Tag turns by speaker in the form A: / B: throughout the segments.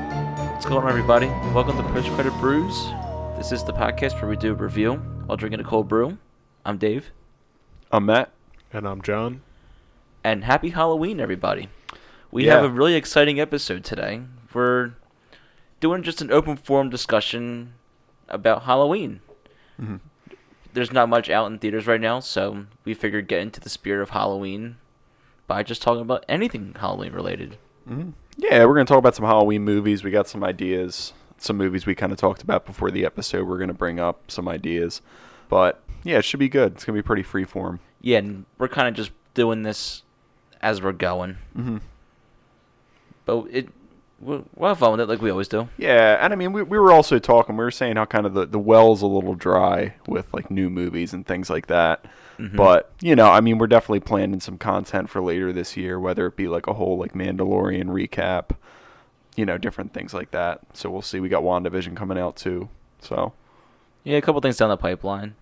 A: What's going on, everybody? Welcome to Post Credit Brews. This is the podcast where we do a review while drinking a cold brew. I'm Dave,
B: I'm Matt.
C: And I'm John.
A: and happy Halloween, everybody. We
B: Yeah.
A: have a really exciting episode today. We're doing just an open forum discussion about Halloween.
B: Mhm.
A: There's not much out in theaters right now, so we figured get into the spirit of Halloween by just talking about anything Halloween related.
B: Mm-hmm. Yeah, we're going to talk about some Halloween movies. We got some ideas, some movies we kind of talked about before the episode. We're going to bring up some ideas. But yeah, it should be good. It's going to be pretty free form.
A: Yeah, and we're kind of just doing this as we're going.
B: Mm-hmm.
A: But it we'll, we'll have fun with it like we always do.
B: Yeah, and I mean, we, we were also talking, we were saying how kind of the, the well's a little dry with like new movies and things like that.
A: Mhm.
B: But, you know, I mean, we're definitely planning some content for later this year, whether it be like a whole like Mandalorian recap, you know, different things like that. So we'll see. We got WandaVision coming out too. So,
A: Yeah, a couple things down the pipeline.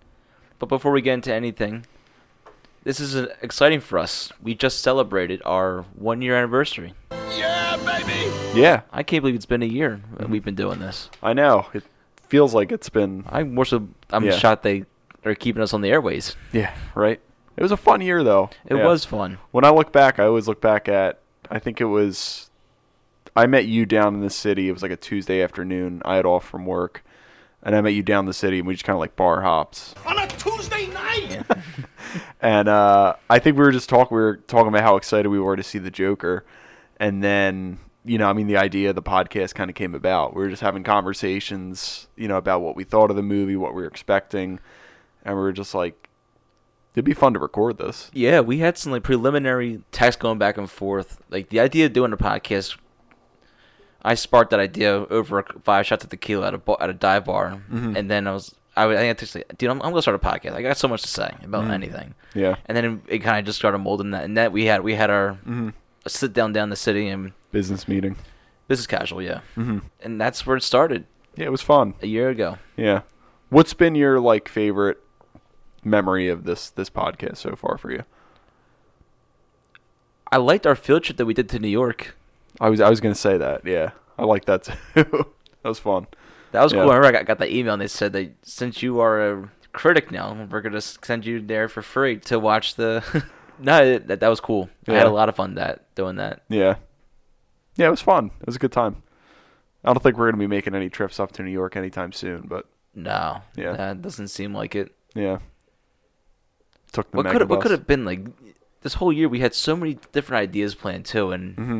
A: But before we get into anything, this is uh, exciting for us. We just celebrated our one year anniversary.
B: yeah,
A: I can't believe it's been a year
B: Mm-hmm.
A: that we've been doing this.
B: I know. It feels like it's been
A: I more so I'm
B: Yeah.
A: shocked they are keeping us on the airways.
B: yeah, right? It was a fun year though.
A: It
B: Yeah.
A: was fun.
B: When I look back, I always look back at I think it was I met you down in the city. It was like a Tuesday afternoon. I had off from work. And I met you down in the city and we just kind of like bar hops.
D: on a Tuesday night.
B: And uh, I think we were just talking. We were talking about how excited we were to see the Joker, and then you know, I mean, the idea of the podcast kind of came about. We were just having conversations, you know, about what we thought of the movie, what we were expecting, and we were just like, it'd be fun to record this.
A: Yeah, we had some like preliminary text going back and forth. Like the idea of doing a podcast, I sparked that idea over a- five shots of tequila at a bar, at a dive bar, and then I was I, was- I think I texted, like, dude, I'm, I'm gonna start a podcast. I got so much to say about anything.
B: Yeah,
A: And then it kind of just started molding that. And that we had we had our
B: Mm-hmm.
A: sit down down the city and
B: business meeting.
A: this is casual, yeah. And that's where it started
B: Yeah, it was fun.
A: a year ago.
B: Yeah, what's been your like favorite memory of this this podcast so far for you?
A: I liked our field trip that we did to New York.
B: I was I was gonna say that. Yeah, I like that too. that was fun.
A: That was
B: Yeah.
A: cool. I remember I got, got that email and they said that since you are a critic now, we're gonna s- send you there for free to watch the. no, that that was cool. I had
B: Yeah.
A: a lot of fun that doing that.
B: Yeah. Yeah, it was fun. It was a good time. I don't think we're going to be making any trips up to New York anytime soon, but
A: No,
B: Yeah.
A: that doesn't seem like it.
B: yeah. Took the
A: What could what
B: megabus.
A: could have been like? This whole year we had so many different ideas planned too, and
B: Mm-hmm.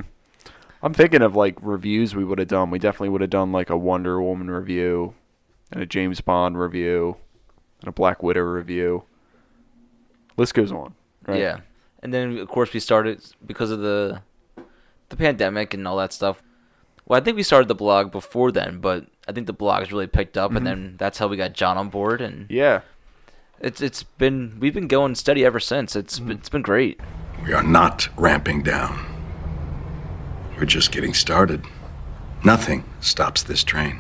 B: I'm thinking of like reviews we would have done. We definitely would have done like a Wonder Woman review and a James Bond review and a Black Widow review. List goes on. Right?
A: yeah, and then of course we started because of the the pandemic and all that stuff. Well, I think we started the blog before then, but I think the blogs really picked up,
B: Mm-hmm.
A: and then that's how we got John on board and.
B: Yeah.
A: It's it's been we've been going steady ever since. It's been it's been great.
E: We are not ramping down. We're just getting started. Nothing stops this train.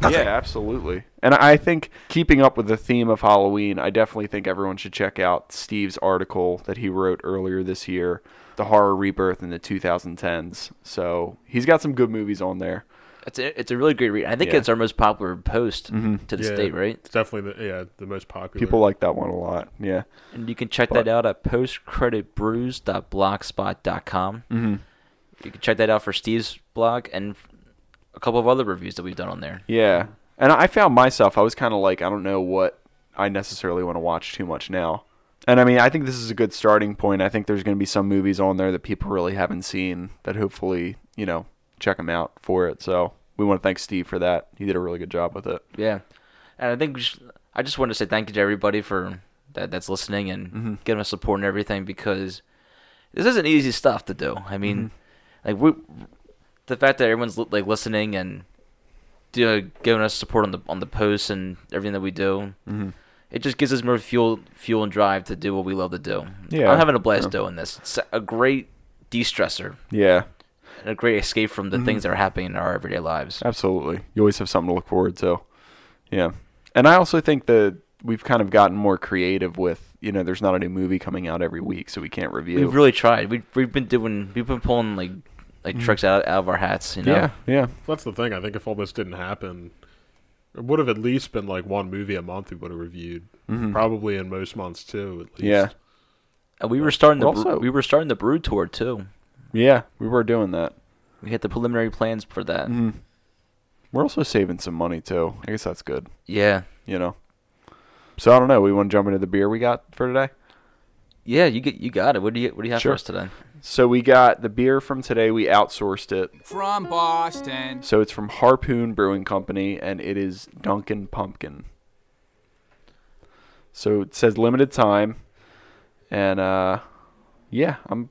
E: Nothing.
B: Yeah, absolutely. And I think keeping up with the theme of Halloween, I definitely think everyone should check out Steve's article that he wrote earlier this year, The Horror Rebirth in the 2010s. So he's got some good movies on there.
A: It's a, it's a really great read. I think
B: Yeah.
A: it's our most popular post to this
C: Yeah.
A: date, right?
C: It's definitely the yeah, the most popular.
B: People like that one a lot. Yeah.
A: And you can check that out at postcreditbrews.blogspot.com. Mm-hmm. You can check that out for Steve's blog and a couple of other reviews that we've done on there.
B: Yeah. And I found myself, I was kind of like, I don't know what I necessarily want to watch too much now. And I mean, I think this is a good starting point. I think there's going to be some movies on there that people really haven't seen that hopefully, you know, check them out for it. So we want to thank Steve for that. He did a really good job with it.
A: Yeah, and I think we should, I just want to say thank you to everybody for that that's listening and
B: Mm-hmm.
A: giving us support and everything because this isn't easy stuff to do. I mean,
B: Mm-hmm.
A: like we, the fact that everyone's li- like listening and you know, giving us support on the on the posts and everything that we do,
B: Mm-hmm.
A: it just gives us more fuel fuel and drive to do what we love to do.
B: Yeah.
A: I'm having a blast doing this. It's a great de-stressor
B: Yeah,
A: and a great escape from
B: Mm-hmm.
A: the things that are happening in our everyday lives.
B: absolutely. You always have something to look forward to. Yeah. And I also think that we've kind of gotten more creative with, you know, there's not a new movie coming out every week, so we can't review.
A: We've really tried. We we've been doing. We've been pulling like like tricks out, out of our hats. You know,
B: Mm-hmm. Yeah, yeah.
C: That's the thing. I think if all this didn't happen, it would have at least been like one movie a month we would have reviewed. Probably in most months too. At least.
B: Mm-hmm. Yeah.
A: and we were starting the
B: Well,
A: br-
B: also-
A: we were starting the brew tour too.
B: Yeah, we were doing that.
A: We had the preliminary plans for that.
B: Mm-hmm. We're also saving some money too. I guess that's good,
A: Yeah,
B: you know. So I don't know. We want to jump into the beer we got for today.
A: yeah. You get you got it. What do you what do you have
B: Sure.
A: for us today?
B: So we got the beer from today. We outsourced it.
F: From Boston.
B: So it's from Harpoon Brewing Company, and it is Dunkin' Pumpkin. So it says limited time, and uh, yeah, I'm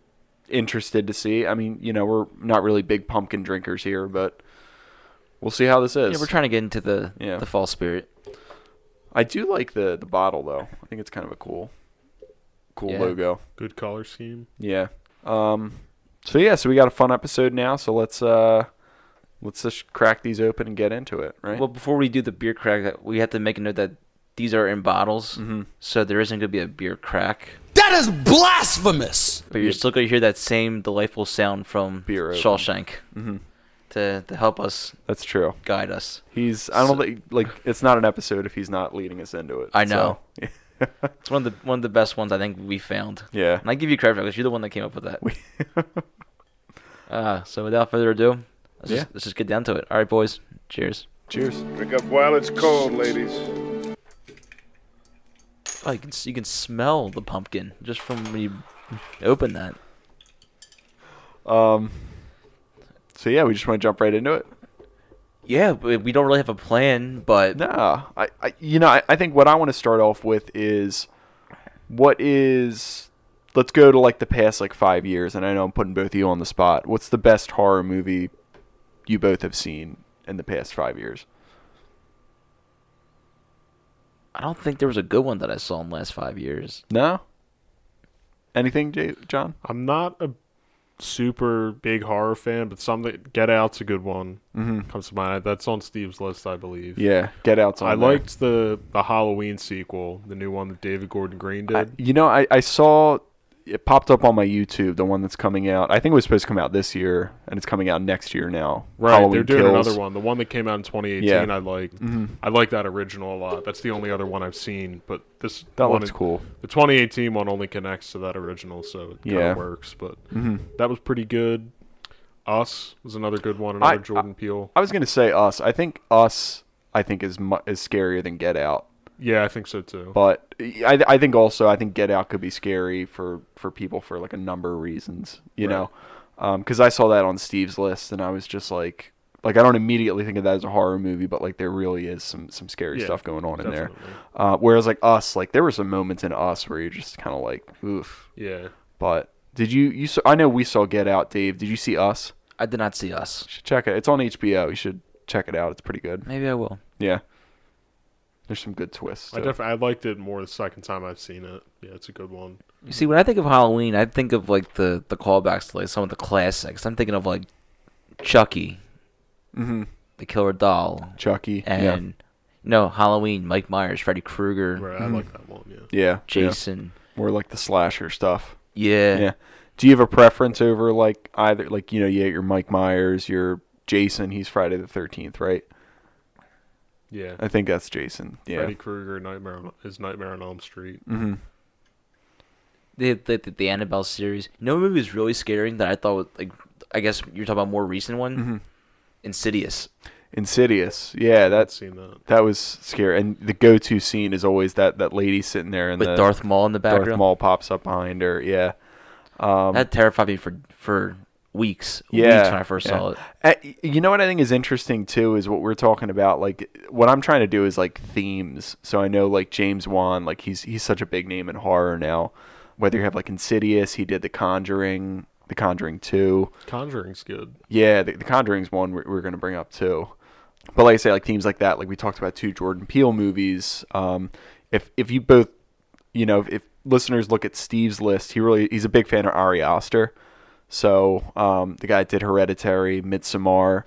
B: interested to see. I mean, you know, we're not really big pumpkin drinkers here, but we'll see how this is.
A: Yeah, we're trying to get into the
B: Yeah.
A: the fall spirit.
B: I do like the the bottle though. I think it's kind of a cool, cool
A: Yeah.
B: logo.
C: Good color scheme.
B: Yeah. Um. So yeah, so we got a fun episode now. So let's uh, let's just crack these open and get into it, right?
A: Well, before we do the beer crack, that we have to make a note that these are in bottles,
B: Mm-hmm.
A: so there isn't going to be a beer crack.
D: That is blasphemous.
A: But you're still going to hear that same delightful sound from
B: Beer open. Mm-hmm.
A: Shawshank to to help us
B: that's true.
A: guide us.
B: He's I don't think like it's not an episode if he's not leading us into it.
A: I
B: so-
A: know. It's one of the one of the best ones I think we found.
B: Yeah.
A: and I give you credit for because you're the one that came up with that. uh, so without further ado, let's,
B: Yeah.
A: just, let's just get down to it. All right, boys. Cheers.
B: Cheers.
G: Wake up while it's cold, ladies.
A: Oh, you can s- you can smell the pumpkin just from when you open that.
B: Um, So yeah, we just want to jump right into it.
A: Yeah, we we don't really have a plan, but
B: Nah, I, I you know I, I think what I want to start off with is what is let's go to like the past like five years, and I know I'm putting both of you on the spot. What's the best horror movie you both have seen in the past five years?
A: I don't think there was a good one that I saw in the last five years.
B: No. Anything, J- John?
C: I'm not a super big horror fan, but something Get Out's a good one. Mm-hmm. Comes to mind. That's on Steve's list, I believe.
B: Yeah, Get Out's on.
C: I
B: there.
C: liked the the Halloween sequel, the new one that David Gordon Green did.
B: I- you know, I, I saw it popped up on my YouTube, the one that's coming out. I think it was supposed to come out this year, and it's coming out next year now.
C: Right, they're doing
B: Kills.
C: another one. The one that came out in 2018,
B: Yeah. Mm-hmm.
C: I liked. I like that original a lot. That's the only other one I've seen, but this
B: That
C: one
B: looks
C: in-
B: cool.
C: The 2018 one only connects to that original, so it kind
B: Yeah. Mm-hmm.
C: of works. But that was pretty good. Us was another good one.
B: I-
C: Another Jordan Peele.
B: I was gonna say Us. I think Us. I think is mu- is scarier than Get Out,
C: Yeah, I think so too.
B: but I, I think also I think Get Out could be scary for for people for like a number of reasons, you know, because I saw that on Steve's list and I was just like, like I don't immediately think of that as a horror movie, but like there really is some some scary
C: Yeah,
B: stuff going on in there.
C: definitely.
B: Uh, whereas like Us, like there were some moments in Us where you're just kind of like, oof.
C: yeah,
B: But did you you saw, I know we saw Get Out, Dave. Did you see Us?
A: I did not see us.
B: You should check it. It's on HBO. You should check it out. It's pretty good.
A: Maybe I will.
B: Yeah. There's some good twists.
C: I
B: to it.
C: definitely I liked it more the second time I've seen it. Yeah, it's a good one.
A: You see, when I think of Halloween, I think of like the the callbacks to like some of the classics. I'm thinking of like Chucky, the Killer Doll,
B: Mm-hmm. Chucky.
A: and you know Halloween, Mike Myers, Freddy Krueger,
C: Right,
B: Mm-hmm.
C: I like that one. Yeah,
B: yeah. yeah.
A: Jason.
B: Yeah. More like the slasher stuff.
A: Yeah.
B: Yeah. Do you have a preference over like either like you know, yeah, your Mike Myers, your Jason, he's Friday the thirteenth, right?
C: yeah.
B: I think that's Jason. Yeah. Mm.
C: Freddy Krueger, Nightmare on, is Nightmare on Elm Street.
A: The, the the the Annabelle series. You know, a movie was really scary that I thought was, like I guess you're talking about a more recent one, Insidious.
B: Insidious. Yeah,
C: I've
B: that's
C: seen that.
B: that was scary. And the go to scene is always that that lady sitting there and
A: With
B: the
A: Darth Maul in the
B: Darth
A: background,
B: Maul pops up behind her. Yeah.
A: that terrified me for for weeks.
B: Yeah,
A: weeks when I first
B: yeah.
A: saw it.
B: Uh, y- You know what I think is interesting too is what we're talking about. Like what I'm trying to do is like themes. So I know like James Wan, like he's he's such a big name in horror now. Whether you have like Insidious, he did The Conjuring, The Conjuring Two.
C: Conjuring's good.
B: Yeah, The, the Conjuring's one we're, we're gonna bring up too. But like I say, like themes like that, like we talked about two Jordan Peele movies. Um, if if you both, you know, if, if listeners look at Steve's list, he really he's a big fan of Ari Aster. So um, the guy that did Hereditary, Midsommar.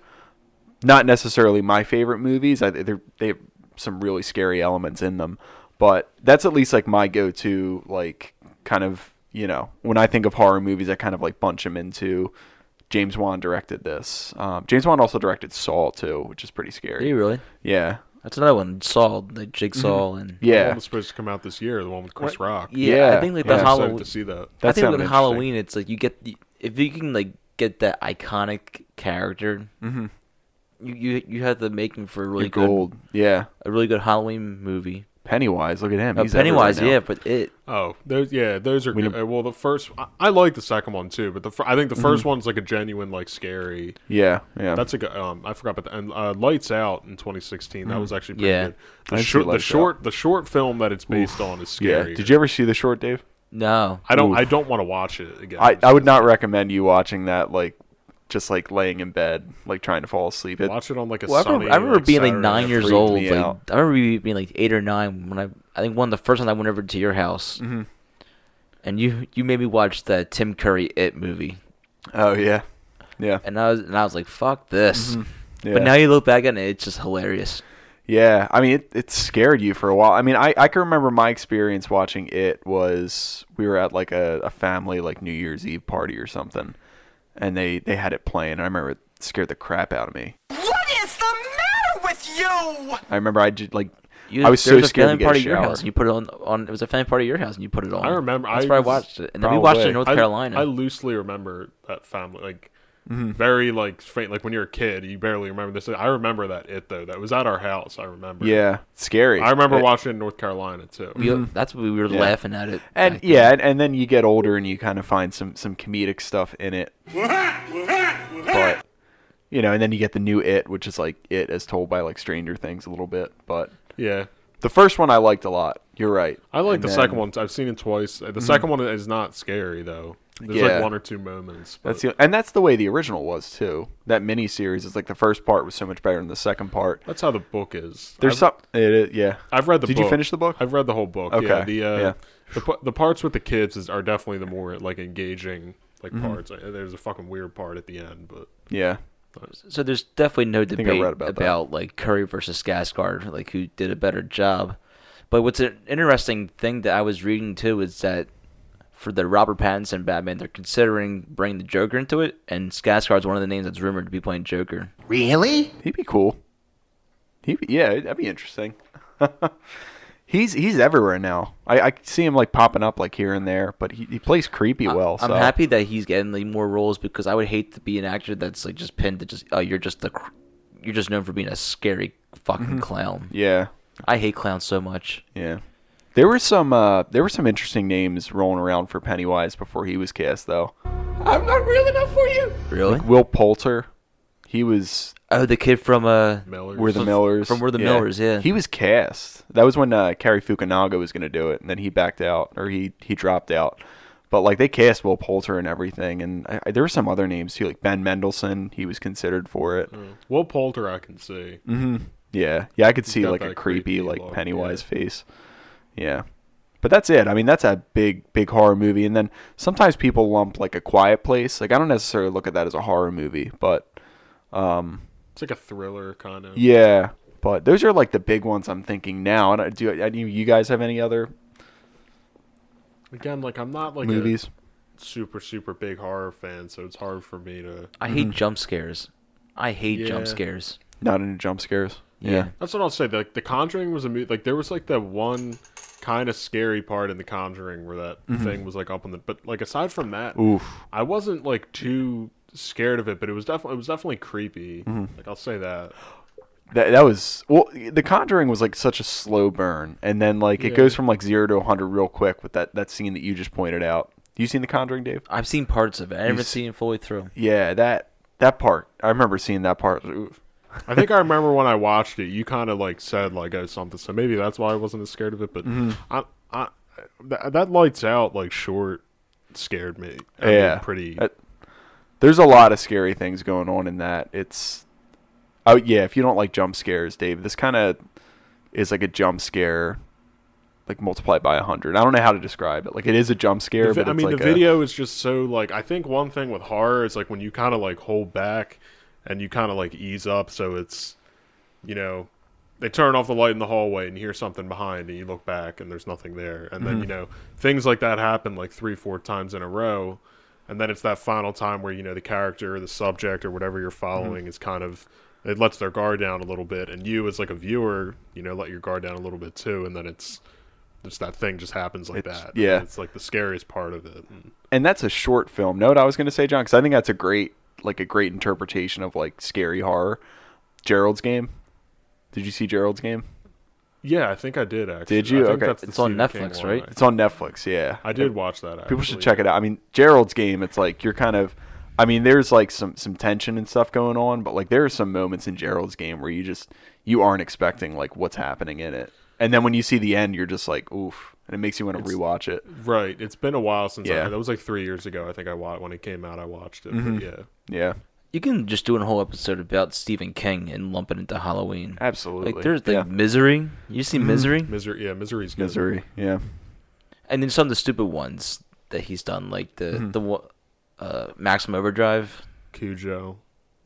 B: Not necessarily my favorite movies. I, they're, they have some really scary elements in them, but that's at least like my go-to. Like kind of you know when I think of horror movies, I kind of like bunch them into James Wan directed this. Um, James Wan also directed Saw too, which is pretty
A: Do you
B: scary.
A: really?
B: Yeah,
A: That's another one. Saw, like Jigsaw, and
C: The
B: Mm-hmm. yeah.
C: one that's supposed to come out this year, the one with Chris Rock.
A: yeah,
B: Yeah,
A: I think like
B: yeah.
A: the
B: So
C: I'm excited
A: Halloween.
C: to see that.
B: That
A: I think
B: sounded
A: with
B: interesting.
A: Halloween, it's like you get the, if you can like get that iconic character,
B: Mm-hmm.
A: you you you have the making for a really
B: You're gold. Yeah,
A: good a really good Halloween movie.
B: Pennywise. Look at him.
A: Uh,
B: He's everywhere
A: Pennywise,
B: now.
A: yeah, but it
C: Oh, those yeah, those are
B: We Mm-hmm.
C: good.
B: don't-
C: Uh, well. The first, I, I like the second one too, but the fir- I think the 1st one's like a genuine like scary.
B: yeah, yeah.
C: That's a good. Um, I forgot, but and uh, Lights Out in 2016 that was actually pretty
A: Yeah.
C: good. The
B: Mm-hmm. I see
C: short, the
B: Lights
C: short, the short film that it's based on is
B: yeah.
C: scary.
B: Did you ever see the short, Dave?
A: no.
C: I don't. I don't want to watch it again.
B: I, I would not recommend you watching that. Like, just like laying in bed, like trying to fall asleep. It,
C: watch it on like a
A: Well, I
C: sunny.
A: remember, I remember
C: like,
A: being like
C: Saturday
A: nine
C: night.
A: years
B: freaked
A: old.
B: me
A: Like
B: out.
A: I remember being like eight or nine when I I think one of the first time I went over to your house,
B: Mm-hmm.
A: and you you made me watch the Tim Curry It movie,
B: oh yeah, yeah.
A: and I was and I was like fuck this.
B: Mm-hmm. Yeah.
A: But now you look back at it, it's just hilarious.
B: Yeah, I mean, it, it scared you for a while. I mean, I, I can remember my experience watching it was we were at like a, a family like New Year's Eve party or something, and they they had it playing. And I remember it scared the crap out of me.
H: What is the matter with you?
B: I remember I just like
A: You,
B: I was
A: there
B: so
A: was a
B: scared
A: family
B: to get
A: party
B: a
A: at your
B: shower.
A: house, and you put it on on. It was a family party at your house, and you put it on.
C: I remember-
A: That's
C: I
A: where I
C: was-
A: watched it, and then we watched it
B: Probably.
A: in North
C: I-
A: Carolina.
C: I loosely remember that family, like
B: Mm-hmm.
C: very like faint. Like when you're a kid, you barely remember this. I remember that it though. That was at our house. I remember.
B: yeah, scary.
C: I remember
B: It-
C: watching it in North Carolina too.
A: We- uh, That's what we were laughing at it.
B: And
A: back then.
B: yeah, and, and then you get older and you kind of find some some comedic stuff in it. But you know, and then you get the new it, which is like it as told by like Stranger Things a little bit, but
C: Yeah.
B: the first one I liked a lot. You're right.
C: I like
B: And
C: the
B: then- Mm-hmm.
C: second one. I've seen it twice. Uh, The second one is not scary though. There's
B: Yeah.
C: like one or two moments. But
B: That's the, and that's the way the original was too. That mini series is like the first part was so much better than the second part.
C: that's how the book is.
B: There's
C: I've,
B: some it is, yeah.
C: I've read the.
B: Did
C: book.
B: you finish the book?
C: I've read the whole book.
B: Okay,
C: Yeah. The uh,
B: yeah.
C: the pa- the parts with the kids is, are definitely the more like engaging like
B: Mm-hmm.
C: parts. Uh, There's a fucking weird part at the end, but
B: yeah.
A: So there's definitely no
B: think I
A: debate
B: read about
A: about,
B: that.
A: like Curry versus Skarsgård, like who did a better job. But what's an interesting thing that I was reading too is that for the Robert Pattinson Batman, they're considering bringing the Joker into it, and Skarsgård's one of the names that's rumored to be playing Joker.
H: Really?
B: He'd be cool. He'd be, yeah, that'd be interesting. he's he's everywhere now. I, I see him like popping up like here and there, but he, he plays creepy well.
A: I'm
B: so.
A: happy that he's getting like, more roles because I would hate to be an actor that's like just pinned to just oh you're just the cr- you're just known for being a scary fucking clown.
B: Mm-hmm. Yeah,
A: I hate clowns so much.
B: yeah. There were some uh, there were some interesting names rolling around for Pennywise before he was cast though.
H: I'm not real enough for you.
A: Really?
B: Will Poulter, he was
A: Oh, the kid from uh
C: Miller's
B: We're the Millers.
A: from We're the Millers, yeah.
B: He was cast. That was when uh, Cary Fukunaga was going to do it, and then he backed out, or he, he dropped out. But, like, they cast Will Poulter and everything, and I, I- there were some other names, too. Like, Ben Mendelsohn, he was considered for it. Mm-hmm.
C: Will Poulter, I can see.
B: Yeah. Yeah, I could see,
C: got
B: like, a
C: that
B: creepy,
C: creepy
B: like,
C: look,
B: Pennywise
C: yeah.
B: face. Yeah. But that's it. I mean, that's a big, big horror movie. And then sometimes people lump, like, A Quiet Place. Like, I don't necessarily look at that as a horror movie, but
C: It's like a thriller kind of.
B: Yeah, but those are like the big ones I'm thinking now. And I, do I, do you guys have any other
C: Again, like I'm not like
B: movies?
C: a super super big horror fan, so it's hard for me to.
A: I hate jump scares. I hate
C: Yeah.
A: jump scares.
B: Not into jump scares.
A: Yeah.
C: That's what I'll say. Like the Conjuring was a movie. Like there was like that one kind of scary part in the Conjuring where that thing was like up on the. But like aside from that,
B: Mm-hmm. Oof.
C: I wasn't like too scared of it, but it was definitely it was definitely creepy.
B: Mm-hmm.
C: Like I'll say that.
B: That that was well. The Conjuring was like such a slow burn, and then like it goes from like zero to hundred real quick with that that scene that you just pointed out. You seen the Conjuring, Dave?
A: I've seen parts of it. I haven't
B: s-
A: seen it fully through.
B: Yeah, that that part. I remember seeing that part. Oof.
C: I think I remember when I watched it, you kind of like said like oh something, so maybe that's why I wasn't as scared of it. But
B: Mm-hmm.
C: I, I, th- that lights out like short scared me. I mean,
B: yeah,
C: pretty.
B: That- there's a lot of scary things going on in that. It's oh yeah, if you don't like jump scares, Dave, this kind of is like a jump scare, like multiplied by hundred. I don't know how to describe it. Like it is a jump scare,
C: The vi-
B: but
C: I
B: it's
C: mean,
B: like
C: the
B: a-
C: video is just so like. I think one thing with horror is like when you kind of like hold back, and you kind of like ease up. So it's, you know, they turn off the light in the hallway and you hear something behind, and you look
B: Mm-hmm.
C: back and there's nothing there, and then you know things like that happen like three, four times in a row, and then it's that final time where you know the character or the subject or whatever
B: Mm-hmm.
C: you're following is kind of it lets their guard down a little bit and you as like a viewer you know let your guard down a little bit too and then it's just that thing just happens like
B: It's-
C: that
B: yeah.
C: And it's like the scariest part of it And
B: and that's a short film. Know what I was going to say, John? Because I think that's a great, like a great interpretation of like scary horror. Gerald's Game. Did you see Gerald's Game?
C: yeah i think i did actually
B: Did you?
C: I think
B: Okay.
A: It's on
C: Stephen King
A: Netflix,
C: one,
A: right?
B: It's on Netflix. Yeah,
C: i did watch that actually.
B: People should check it out. I mean, Gerald's Game. It's like you're kind of. I mean, there's like some some tension and stuff going on, but like there are some moments in Gerald's Game where you just you aren't expecting like what's happening in it, and then when you see the end, you're just like oof, and it makes you want to rewatch it.
C: right it's been a while since
B: Yeah.
C: I, that was like three years ago i think i watched when it came out i watched it but yeah
B: Yeah,
A: You can just do a whole episode about Stephen King and lump it into Halloween.
B: absolutely.
A: Like there's like
B: yeah.
A: Misery. You see Misery,
C: misery yeah misery's good
B: misery. Yeah,
A: and then some of the stupid ones that he's done, like the the one- uh, Maximum Overdrive.
C: cujo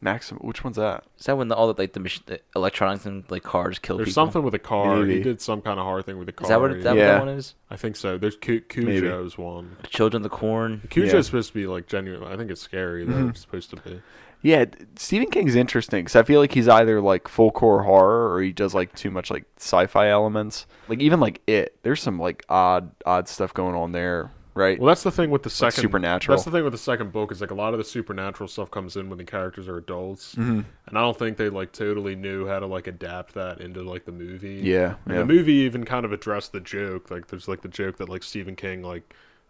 B: Maxim. Which one's that?
A: Is that when the, all the like the, mach- the electronics and like cars kill
C: there's
A: people?
C: something with a car
B: Maybe.
C: he did some kind of hard thing with a car
A: Is that what that, what
B: Yeah.
A: that one is?
C: i think so there's Cu- cujo's one
A: The Children of the Corn.
C: Cujo's
B: Yeah.
C: supposed to be like genuine. I think it's scary though. It's supposed to be.
B: Yeah, th- Stephen King's interesting because I feel like he's either like full core horror or he does like too much like sci-fi elements. Like even like it, there's some like odd odd stuff going on there, right?
C: Well, that's the thing with the second
B: supernatural.
C: That's the thing with the second book is like a lot of the supernatural stuff comes in when the characters are adults, mm-hmm. and I don't think they like totally knew how to like adapt that into like the movie.
B: Yeah,
C: and
B: yeah.
C: the movie even kind of addressed the joke. Like there's like the joke that like Stephen King like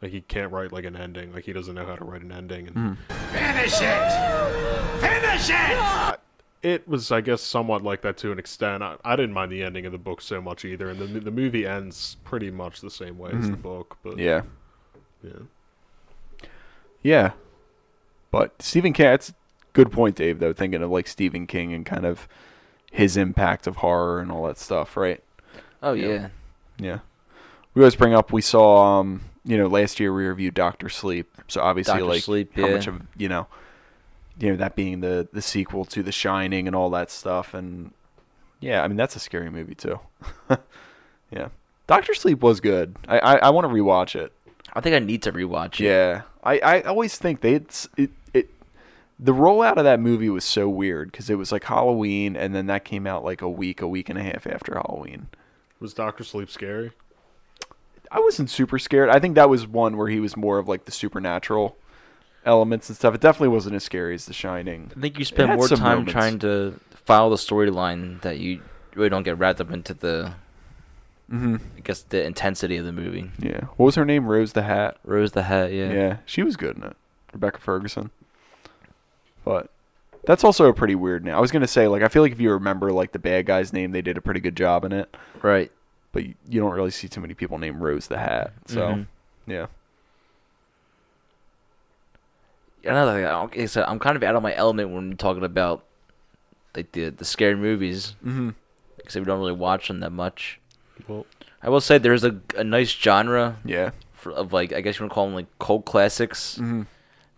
C: like he can't write like an ending. Like he doesn't know how to write an ending. And
B: Mm-hmm.
H: Finish it! Finish it!
C: it was I guess somewhat like that to an extent. I, I didn't mind the ending of the book so much either, and the the movie ends pretty much the same way as the book. But
B: Mm-hmm. yeah,
C: yeah.
B: yeah. But Stephen King, that's a good point, Dave. Though thinking of like Stephen King and kind of his impact of horror and all that stuff, right?
A: Oh yeah.
B: Yeah. We always bring up we saw um you know last year we reviewed Doctor Sleep, so obviously
A: Dr.
B: like
A: Sleep,
B: how
A: yeah.
B: much of you know you know that being the the sequel to The Shining and all that stuff and yeah I mean that's a scary movie too yeah Doctor Sleep was good I I, I want to rewatch it
A: I think I need to rewatch it.
B: yeah I I always think they it's it it the rollout of that movie was so weird because it was like Halloween and then that came out like a week a week and a half after Halloween
C: Was Doctor Sleep scary?
B: I wasn't super scared. I think that was one where he was more of like the supernatural elements and stuff. It definitely wasn't as scary as The Shining.
A: I think you
B: had
A: spend more
B: some
A: time
B: moments.
A: trying to follow the storyline that you really don't get wrapped up into the, I guess the intensity of the movie.
B: Mm-hmm. Yeah. What was her name? Rose the Hat.
A: Rose the Hat, yeah.
B: Yeah. She was good in it. Rebecca Ferguson. But that's also a pretty weird name. I was gonna say like I feel like if you remember like the bad guy's name, they did a pretty good job in it.
A: Right.
B: But you, you don't really see too many people named Rose the Hat. So yeah.
A: Another thing, okay, so I'm kind of out of my element when we're talking about like the the scary movies
B: Mm.
A: because
B: Mm-hmm.
A: we don't really watch them that much.
C: Well,
A: I will say there's a, a nice genre
B: Yeah. Mm-hmm.
A: for, of like I guess you want to call them like cult classics
C: Mm-hmm.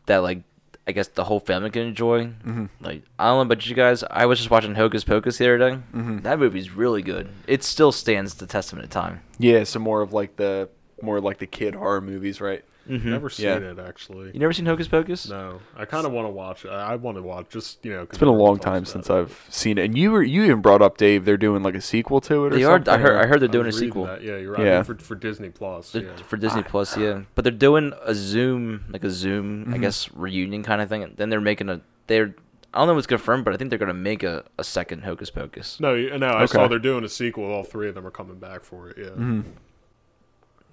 A: that like I guess the whole family can enjoy.
C: Mm-hmm.
A: Like I don't know about you guys, I was just watching Hocus Pocus the other day.
C: Mm-hmm.
A: That movie's really good. It still stands the testament of time.
B: Yeah, so more of like the more like the kid horror movies, right?
C: never seen
B: Mm-hmm. Yeah.
C: it actually.
A: You never seen Hocus Pocus?
C: No, I kind of want to watch. it. I, I want to watch just you know.
B: It's been a long time since I've seen it, and you were you even brought up Dave. They're doing like a sequel to it.
A: They
B: or
A: are.
B: something,
A: I heard.
B: or-
A: I heard they're doing a sequel
C: That. Yeah, you're right.
B: Yeah.
C: For, for Disney Plus.
A: They're-
C: Yeah.
A: for Disney Plus. Yeah, but they're doing a Zoom, like a Zoom,
C: Mm-hmm.
A: I guess reunion kind of thing. And then they're making a. They're. I don't know what's confirmed, but I think they're gonna make a, a second Hocus Pocus.
C: No, you- no, I saw
B: Okay.
C: they're doing a sequel. All three of them are coming back for it. Yeah,
B: Mm-hmm.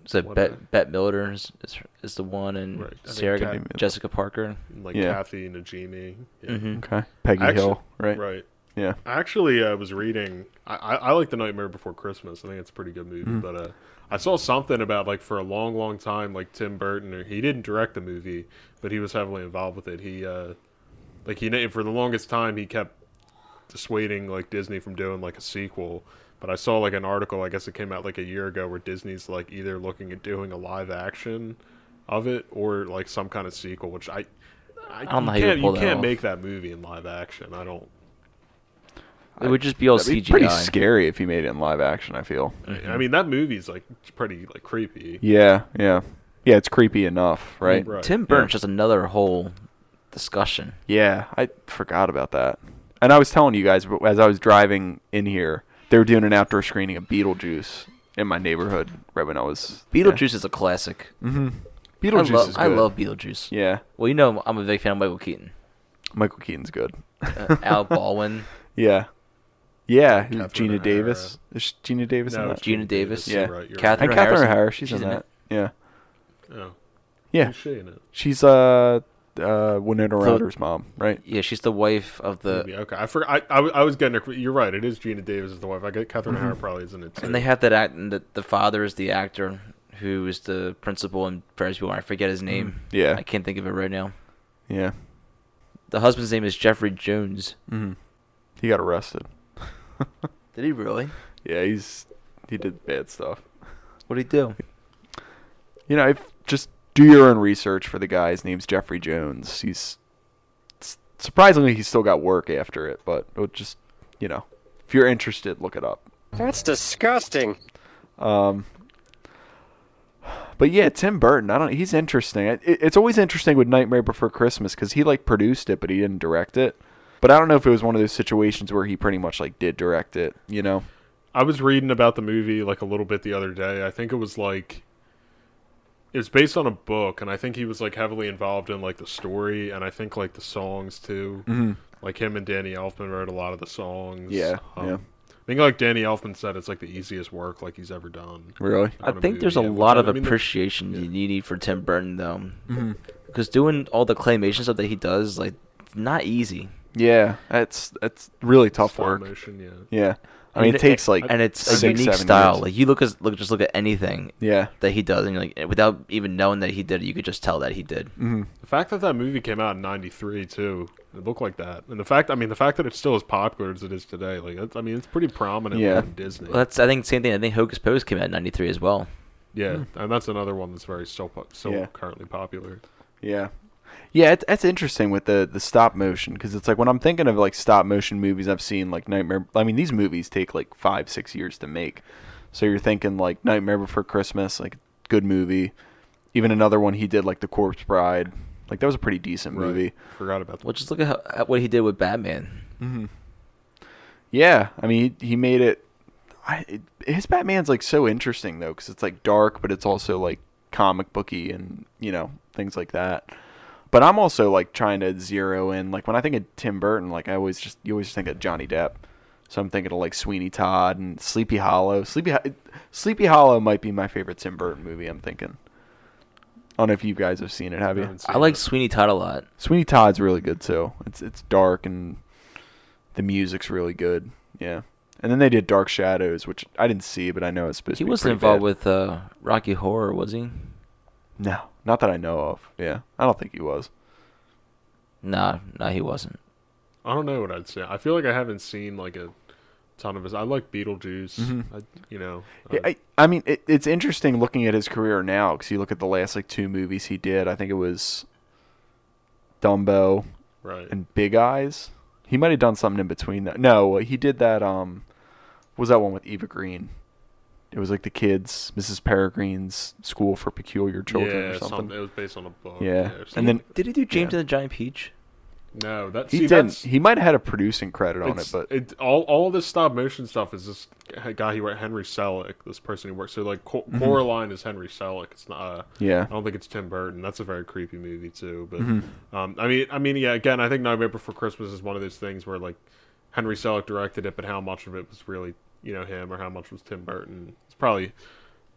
A: So
C: What a-
A: Bet Bet Miller is, is is the one, and
C: Right, I think
A: Sarah
C: Kat-
A: Jessica Parker.
C: And, like
B: Yeah. Mm-hmm.
C: Kathy Najimy. Yeah.
B: Okay, Peggy
C: Actu-
B: Hill, right?
C: Right.
B: Yeah,
C: I actually uh, was reading. I, I, I like The Nightmare Before Christmas. I think it's a pretty good movie.
A: Mm.
C: But uh, I saw something about like for a long, long time, like Tim Burton. Or, he didn't direct the movie, but he was heavily involved with it. He uh, like he na- for the longest time he kept dissuading like Disney from doing like a sequel. But I saw like an article. I guess it came out like a year ago where Disney's like either looking at doing a live action of it or like some kind of sequel, which I. I,
A: don't know how
C: you
A: you
C: can't,
A: pull
C: you
A: that
C: can't
A: off.
C: make that movie in live action. I don't.
A: It would just be all
B: That'd be
A: CGI.
B: pretty scary if he made it in live action. I feel.
C: I mean, that movie's like pretty like creepy.
B: Yeah, yeah. yeah, it's creepy enough, right?
C: Right.
A: Tim Burns just another whole discussion.
B: Yeah, I forgot about that. And I was telling you guys but as I was driving in here, they were doing an outdoor screening of Beetlejuice in my neighborhood right when I was
A: Beetlejuice is a classic.
B: Yeah.
A: I
B: Beetlejuice
A: love,
B: is good.
A: I love Beetlejuice.
B: Yeah,
A: Well, you know I'm a big fan of Michael Keaton,
B: Michael Keaton's good.
A: uh, Al Baldwin,
B: Yeah, yeah. Gina
C: Catherine
B: Davis is Gina Davis in
C: No,
B: that?
C: Gina
A: Gina Davis,
B: Yeah.
C: You're right, you're
A: Catherine,
B: and Catherine
A: Harrison.
B: Harris, she's, in, that. Yeah,
C: Oh,
B: yeah.
C: who's she in it?
B: She's uh uh Winona Ryder's mom, right?
A: Yeah, she's the wife of the,
C: Yeah, okay, I forgot. I, I, was- I was getting. It, you're right. It is Gina Davis is the wife. I get Catherine
B: Mm-hmm.
C: Howard probably isn't it. Too.
A: and they have that act. And the, the father is the actor who is the principal in Presbyterian. I forget his name.
B: Mm. Yeah.
A: I can't think of it right now.
B: Yeah,
A: The husband's name is Jeffrey Jones.
B: Mm-hmm. he got arrested.
A: Did he really?
B: Yeah, he's he did bad stuff.
A: What did he do?
B: You know, if just do your own research for the guy. His name's Jeffrey Jones. He's s- surprisingly he still got work after it, but it would just you know, if you're interested, look it up. Um,
I: That's disgusting.
B: But yeah, Tim Burton. I don't. He's interesting. It, it's always interesting with Nightmare Before Christmas because he like produced it, but he didn't direct it. But I don't know if it was one of those situations where he pretty much like did direct it. You know?
C: I was reading about the movie like a little bit the other day. I think it was like it's based on a book, and I think he was like heavily involved in like the story, and I think like the songs too. Like him and Danny Elfman wrote a lot of the songs.
B: Mm-hmm.
C: Um,
B: Yeah, yeah.
C: I think like Danny Elfman said, it's like the easiest work like he's ever done.
B: Really?
A: I
C: on a
A: think there's a
C: movie, yeah.
A: lot
C: I
A: of
C: mean, there's-
A: appreciation you need need for Tim Burton though,
B: Mm-hmm.
A: because doing all the claymation stuff that he does, like, not easy.
B: Yeah. That's that's really tough
C: stop
B: work.
C: motion, yeah.
B: Yeah. I mean, it takes like
A: and it's a
B: six,
A: unique
B: seven
A: style.
B: years.
A: Like you look at look just look at anything
B: Yeah.
A: that he does, and you're like without even knowing that he did it, you could just tell that he did.
B: Mm-hmm.
C: The fact that that movie came out in '93 too, it looked like that, and the fact, I mean, the fact that it's still as popular as it is today, like, that's, I mean, it's pretty prominent
B: Yeah.
C: in Disney.
A: Well, that's I think same thing. I think Hocus Pocus came out in '93 as well.
C: yeah, and that's another one that's very still po- still
B: hmm. Yeah.
C: currently popular.
B: Yeah. Yeah, it's, that's interesting with the, the stop motion because it's like when I'm thinking of like stop motion movies I've seen like Nightmare. I mean, these movies take like five six years to make, so you're thinking like Nightmare Before Christmas, like good movie. Even another one he did like The Corpse Bride, like that was a pretty decent movie.
C: Forgot about that.
A: Well, just look at, how, at what he did with Batman.
B: Yeah, I mean he, he made it. I, it. His Batman's like so interesting though because it's like dark, but it's also like comic booky and you know things like that. But I'm also like trying to zero in like when I think of Tim Burton, like I always just you always think of Johnny Depp. So I'm thinking of like Sweeney Todd and Sleepy Hollow. Sleepy Ho- Sleepy Hollow might be my favorite Tim Burton movie. I'm thinking. I don't know if you guys have seen it, have you?
C: haven't
A: I
C: seen
A: like
C: it.
A: Sweeney Todd a lot.
B: Sweeney Todd's really good too. It's it's dark and the music's really good. Yeah. And then they did Dark Shadows, which I didn't see, but I know it's supposed
A: He
B: to be.
A: wasn't
B: pretty
A: involved
B: bad.
A: with uh, Rocky Horror, was he?
B: No, not that I know of. Yeah, I don't think he was.
A: Nah, nah, he wasn't.
C: I don't know what I'd say. I feel like I haven't seen like a ton of his. I like Beetlejuice. I, you know,
B: Mm-hmm. Yeah, I, I mean, it, it's interesting looking at his career now because you look at the last like two movies he did. I think it was Dumbo
C: right?
B: and Big Eyes. He might have done something in between that. No, uh, he did that. Um, what was that one with Eva Green? It was like the kids, Mrs. Peregrine's School for Peculiar Children
C: yeah,
B: or something.
C: It was based on a book.
B: Yeah,
C: or
B: and then
A: Did he do James and the Giant Peach?
C: something. no, that
B: he
C: see,
B: didn't.
C: that's-
B: He might have had a producing credit on it,
C: it's-
B: but
C: it, all all this stop motion stuff is this guy he worked Henry Selick, this person who works. So like Cor- Coraline is Henry Selick. It's not. Uh,
B: Mm-hmm. Yeah.
C: I don't think it's Tim Burton. That's a very creepy movie too. But
B: Mm-hmm.
C: um, I mean, I mean, yeah. Again, I think Nightmare Before Christmas is one of those things where like Henry Selick directed it, but how much of it was really you know him or how much was Tim Burton? It's probably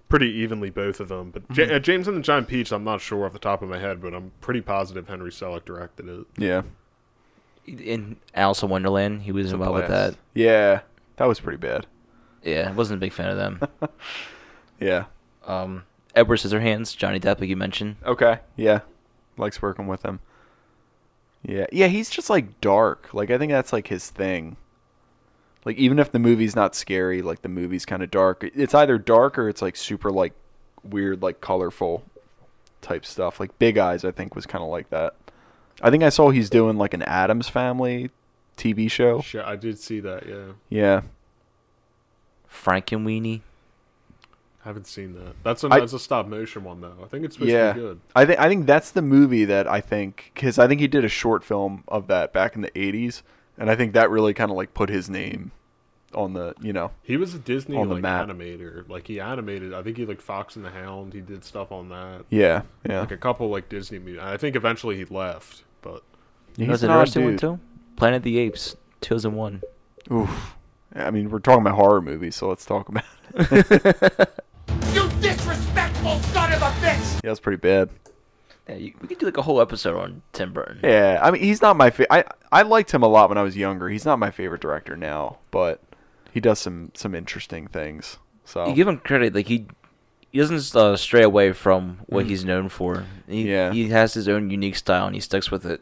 C: pretty evenly both of them. But
B: Mm-hmm.
C: Ja- uh, James and the Giant Peach, I'm not sure off the top of my head, but I'm pretty positive Henry Selick directed it.
B: yeah,
A: In Alice in Wonderland, he was involved with that.
B: Blast. Yeah, that was pretty bad.
A: Yeah, I wasn't a big fan of them.
B: Yeah.
A: um, Edward Scissorhands, Johnny Depp, like you mentioned.
B: Okay. Yeah. Likes working with him. Yeah. Yeah, he's just like dark. Like I think that's like his thing. Like even if the movie's not scary, like the movie's kind of dark. It's either dark or it's like super like weird like colorful type stuff. Like Big Eyes I think was kind of like that. I think I saw he's doing like an Adams Family TV show.
C: Sure, I did see that. Yeah.
B: Yeah.
A: Frankenweenie.
C: I haven't seen that. That's a
B: I-
C: that's a stop motion one though. I think it's supposed
B: Yeah,
C: to be good.
B: I think I think that's the movie that I think because I think he did a short film of that back in the '80s, and I think that really kind of like put his name on the you know
C: He was a Disney
B: On the
C: like
B: map.
C: animator. Like he animated. I think he like Fox and the Hound. He did stuff on that.
B: yeah yeah.
C: Like a couple like Disney movies. I think eventually he left, but
B: He's
A: You know what's an
B: an odd
A: interesting one
B: dude.
A: too? Planet of the Apes, 2001.
B: Oof. I mean, we're talking about horror movies, so let's talk about it.
H: You disrespectful son of a bitch!
B: Yeah, it's pretty bad.
A: Yeah, you, we could do like a whole episode on Tim Burton.
B: Yeah, I mean, he's not my favorite. I I liked him a lot when I was younger. He's not my favorite director now, but he does some some interesting things. So
A: You give him credit, like he, he doesn't uh, stray away from what he's known for. He,
B: Mm-hmm. Yeah. Mm-hmm.
A: he has his own unique style and he sticks with it.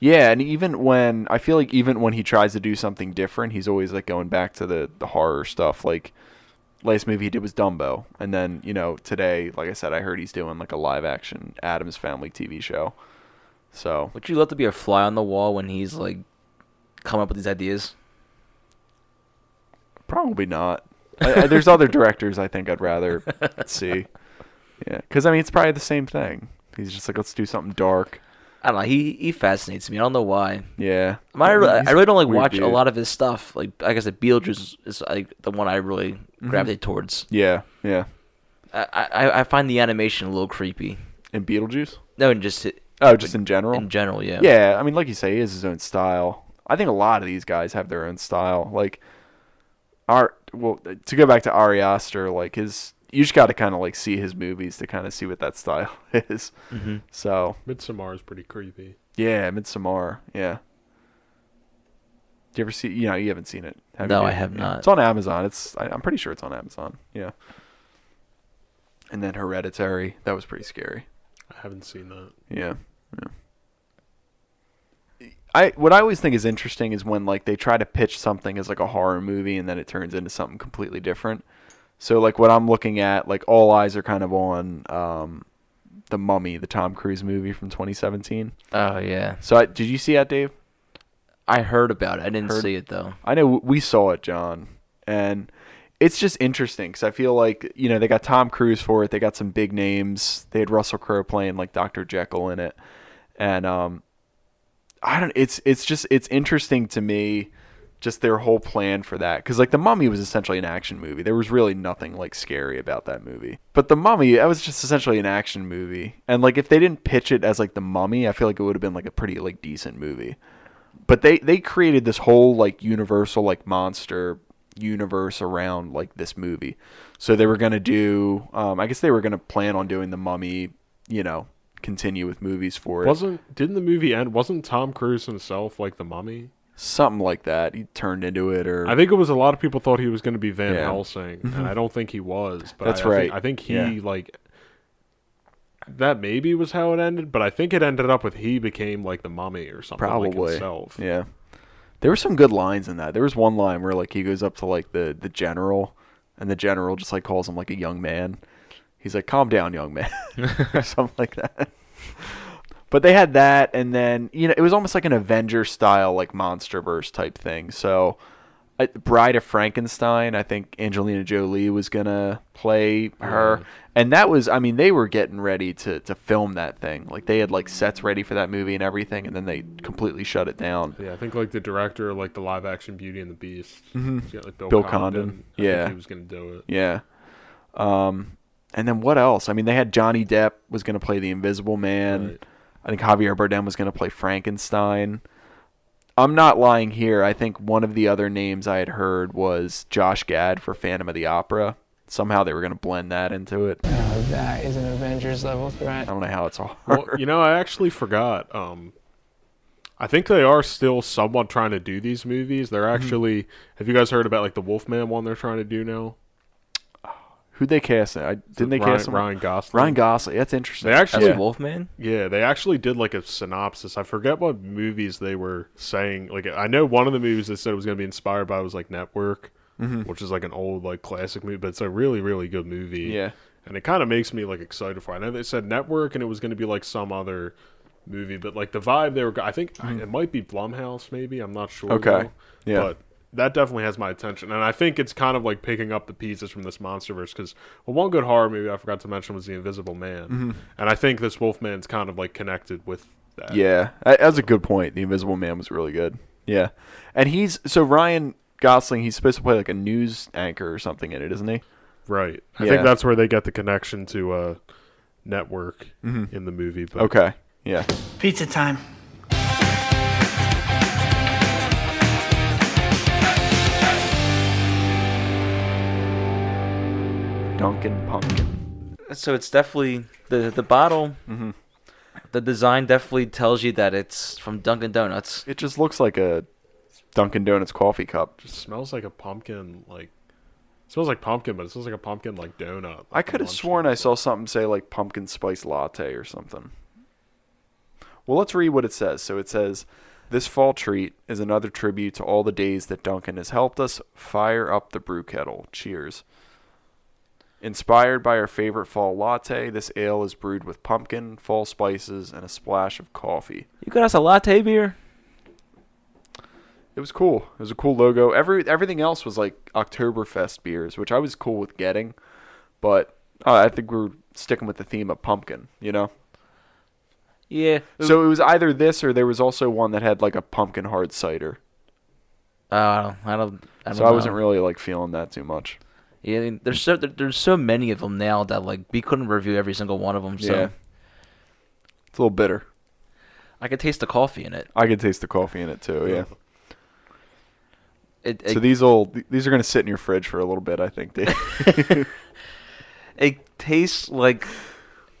B: yeah, and even when I feel like even when he tries to do something different, he's always like going back to the the horror stuff. Like last movie he did was Dumbo, and then you know today, like I said, I heard he's doing like a live action Adams Family TV show. So
A: Would you love to be a fly on the wall when he's like coming up with these ideas?
B: Probably not. I, I, there's other directors I think I'd rather see. Yeah, because I mean it's probably the same thing. He's just like, let's do something dark.
A: I don't know. He he fascinates me. I don't know why.
B: Yeah,
A: I, really, I really don't like
B: weird
A: watch a
B: dude.
A: lot of his stuff. Like like I said, Beetlejuice is, is like the one I really gravitate towards.
B: Mm-hmm. Yeah, yeah.
A: I, I I find the animation a little creepy.
B: And Beetlejuice.
A: No, and just i-
B: Oh, just in general.
A: in general, yeah.
B: yeah, I mean, like you say, he has his own style. I think a lot of these guys have their own style. Like, our well, to go back to Ari Aster, like his, you just got to kind of like see his movies to kind of see what that style is.
A: Mm-hmm.
B: So
C: Midsommar is pretty creepy.
B: Yeah, Midsommar. Yeah. Do you ever see? You know, you haven't seen it. Have
A: No,
B: you?
A: I have
B: Yeah.
A: not.
B: It's on Amazon. It's. I, I'm pretty sure it's on Amazon. Yeah. And then Hereditary. That was pretty scary.
C: I haven't seen that.
B: Yeah. yeah. I what I always think is interesting is when like they try to pitch something as like a horror movie and then it turns into something completely different. So like what I'm looking at, like all eyes are kind of on um, the Mummy, the Tom Cruise movie from 2017.
A: Oh yeah.
B: So I, did you see that, Dave?
A: I heard about it. I didn't
B: Heard-
A: see it though.
B: I know we saw it, John, and it's just interesting because I feel like you know they got Tom Cruise for it. They got some big names. They had Russell Crowe playing like Doctor Jekyll in it, and um, I don't. It's it's just it's interesting to me, just their whole plan for that because like the Mummy was essentially an action movie. There was really nothing like scary about that movie. But the Mummy, that was just essentially an action movie. And like if they didn't pitch it as like the Mummy, I feel like it would have been like a pretty like decent movie but they they created this whole like universal like monster universe around like this movie so they were going to do um i guess they were going to plan on doing the mummy you know continue with movies for it
C: Wasn't didn't the movie end? Wasn't Tom Cruise himself like the mummy?
B: something like that he turned into it or
C: I think it was a lot of people thought he was going to be Van
B: Yeah.
C: Helsing, and I don't think he was. But
B: That's
C: I, I think-
B: right.
C: I think he
B: Mm-hmm. Yeah.
C: like that maybe was how it ended, but I think it ended up with he became like the mummy or something like
B: probably
C: himself.
B: yeah there were some good lines in that there was one line where like he goes up to like the the general and the general just like calls him like a young man he's like calm down young man or something like that But they had that, and then you know it was almost like an Avenger style, like MonsterVerse type thing. So, I, Bride of Frankenstein, I think Angelina Jolie was gonna play her, and that was, I mean, they were getting ready to to film that thing. Like they had like sets ready for that movie and everything, and then they completely shut it down.
C: Yeah, I think like the director, like the live action Beauty and the Beast,
B: Mm-hmm.
C: he's got, like, Bill,
B: Bill
C: Condon.
B: Condon,
C: I think
B: yeah.
C: he was gonna do it.
B: Yeah. Um, and then what else? I mean, they had Johnny Depp was going to play the Invisible Man.
C: Right.
B: I think Javier Bardem was going to play Frankenstein. I'm not lying here. I think one of the other names I had heard was Josh Gad for Phantom of the Opera. Somehow they were going to blend that into it. I
J: That is an Avengers level threat.
B: don't know how it's all.
C: Well, you know, I actually forgot. Um, I think they are still somewhat trying to do these movies. They're
B: Mm-hmm.
C: actually. Have you guys heard about like the Wolfman one they're trying to do now?
B: Who'd they cast? I didn't they
C: Ryan,
B: cast him?
C: Ryan Gosling?
B: Ryan Gosling. That's interesting.
C: They actually,
A: That's
C: yeah.
A: Wolfman.
C: they actually did like a synopsis. I forget what movies they were saying. Like, I know one of the movies they said it was going to be inspired by was like Network,
B: Mm-hmm.
C: which is like an old like classic movie, but it's a really really good movie.
B: Yeah.
C: and it kind of makes me like excited for. It. I know they said Network, and it was going to be like some other movie, but like the vibe they were. go- I think I- it might be Blumhouse, maybe. I'm not sure.
B: Mm-hmm. Okay.
C: though.
B: Yeah.
C: but that definitely has my attention, and I think it's kind of like picking up the pieces from this MonsterVerse because well, one good horror movie I forgot to mention was The Invisible Man,
B: Mm-hmm.
C: and I think this Wolfman's kind of like connected with that.
B: Yeah, that that was a good point. The Invisible Man was really good. Yeah, and he's so Ryan Gosling. He's supposed to play like a news anchor or something in it, isn't he?
C: right. I
B: Yeah.
C: think that's where they get the connection to uh, network in the movie. But
B: Mm-hmm. Okay. Yeah.
K: Pizza time.
B: Dunkin' Pumpkin.
A: So it's definitely the the bottle.
B: Mm-hmm.
A: The design definitely tells you that it's from Dunkin' Donuts.
B: It just looks like a Dunkin' Donuts coffee cup.
C: it smells like a pumpkin. Like it smells like pumpkin, but it smells like a pumpkin like donut. like
B: I
C: a
B: could have
C: lunch
B: sworn I saw something say like pumpkin spice latte or something. Well, let's read what it says. So it says, "This fall treat is another tribute to all the days that Duncan has helped us fire up the brew kettle. Cheers." Inspired by our favorite fall latte, this ale is brewed with pumpkin, fall spices, and a splash of coffee.
A: You got us a latte beer.
B: It was cool. It was a cool logo. Every everything else was like Oktoberfest beers, which I was cool with getting, but uh, I think we were sticking with the theme of pumpkin. You know.
A: Yeah.
B: So it was either this or there was also one that had like a pumpkin hard cider.
A: Uh, I don't. I don't
B: So I wasn't
A: know.
B: really like feeling that too much.
A: Yeah, I mean, there's so there, there's so many of them now that like we couldn't review every single one of them. So
B: Yeah. It's a little bitter.
A: I could taste the coffee in it.
B: I could taste the coffee in it too. Yeah.
A: It it,
B: So these will these are gonna sit in your fridge for a little bit, I think. Dave.
A: it tastes like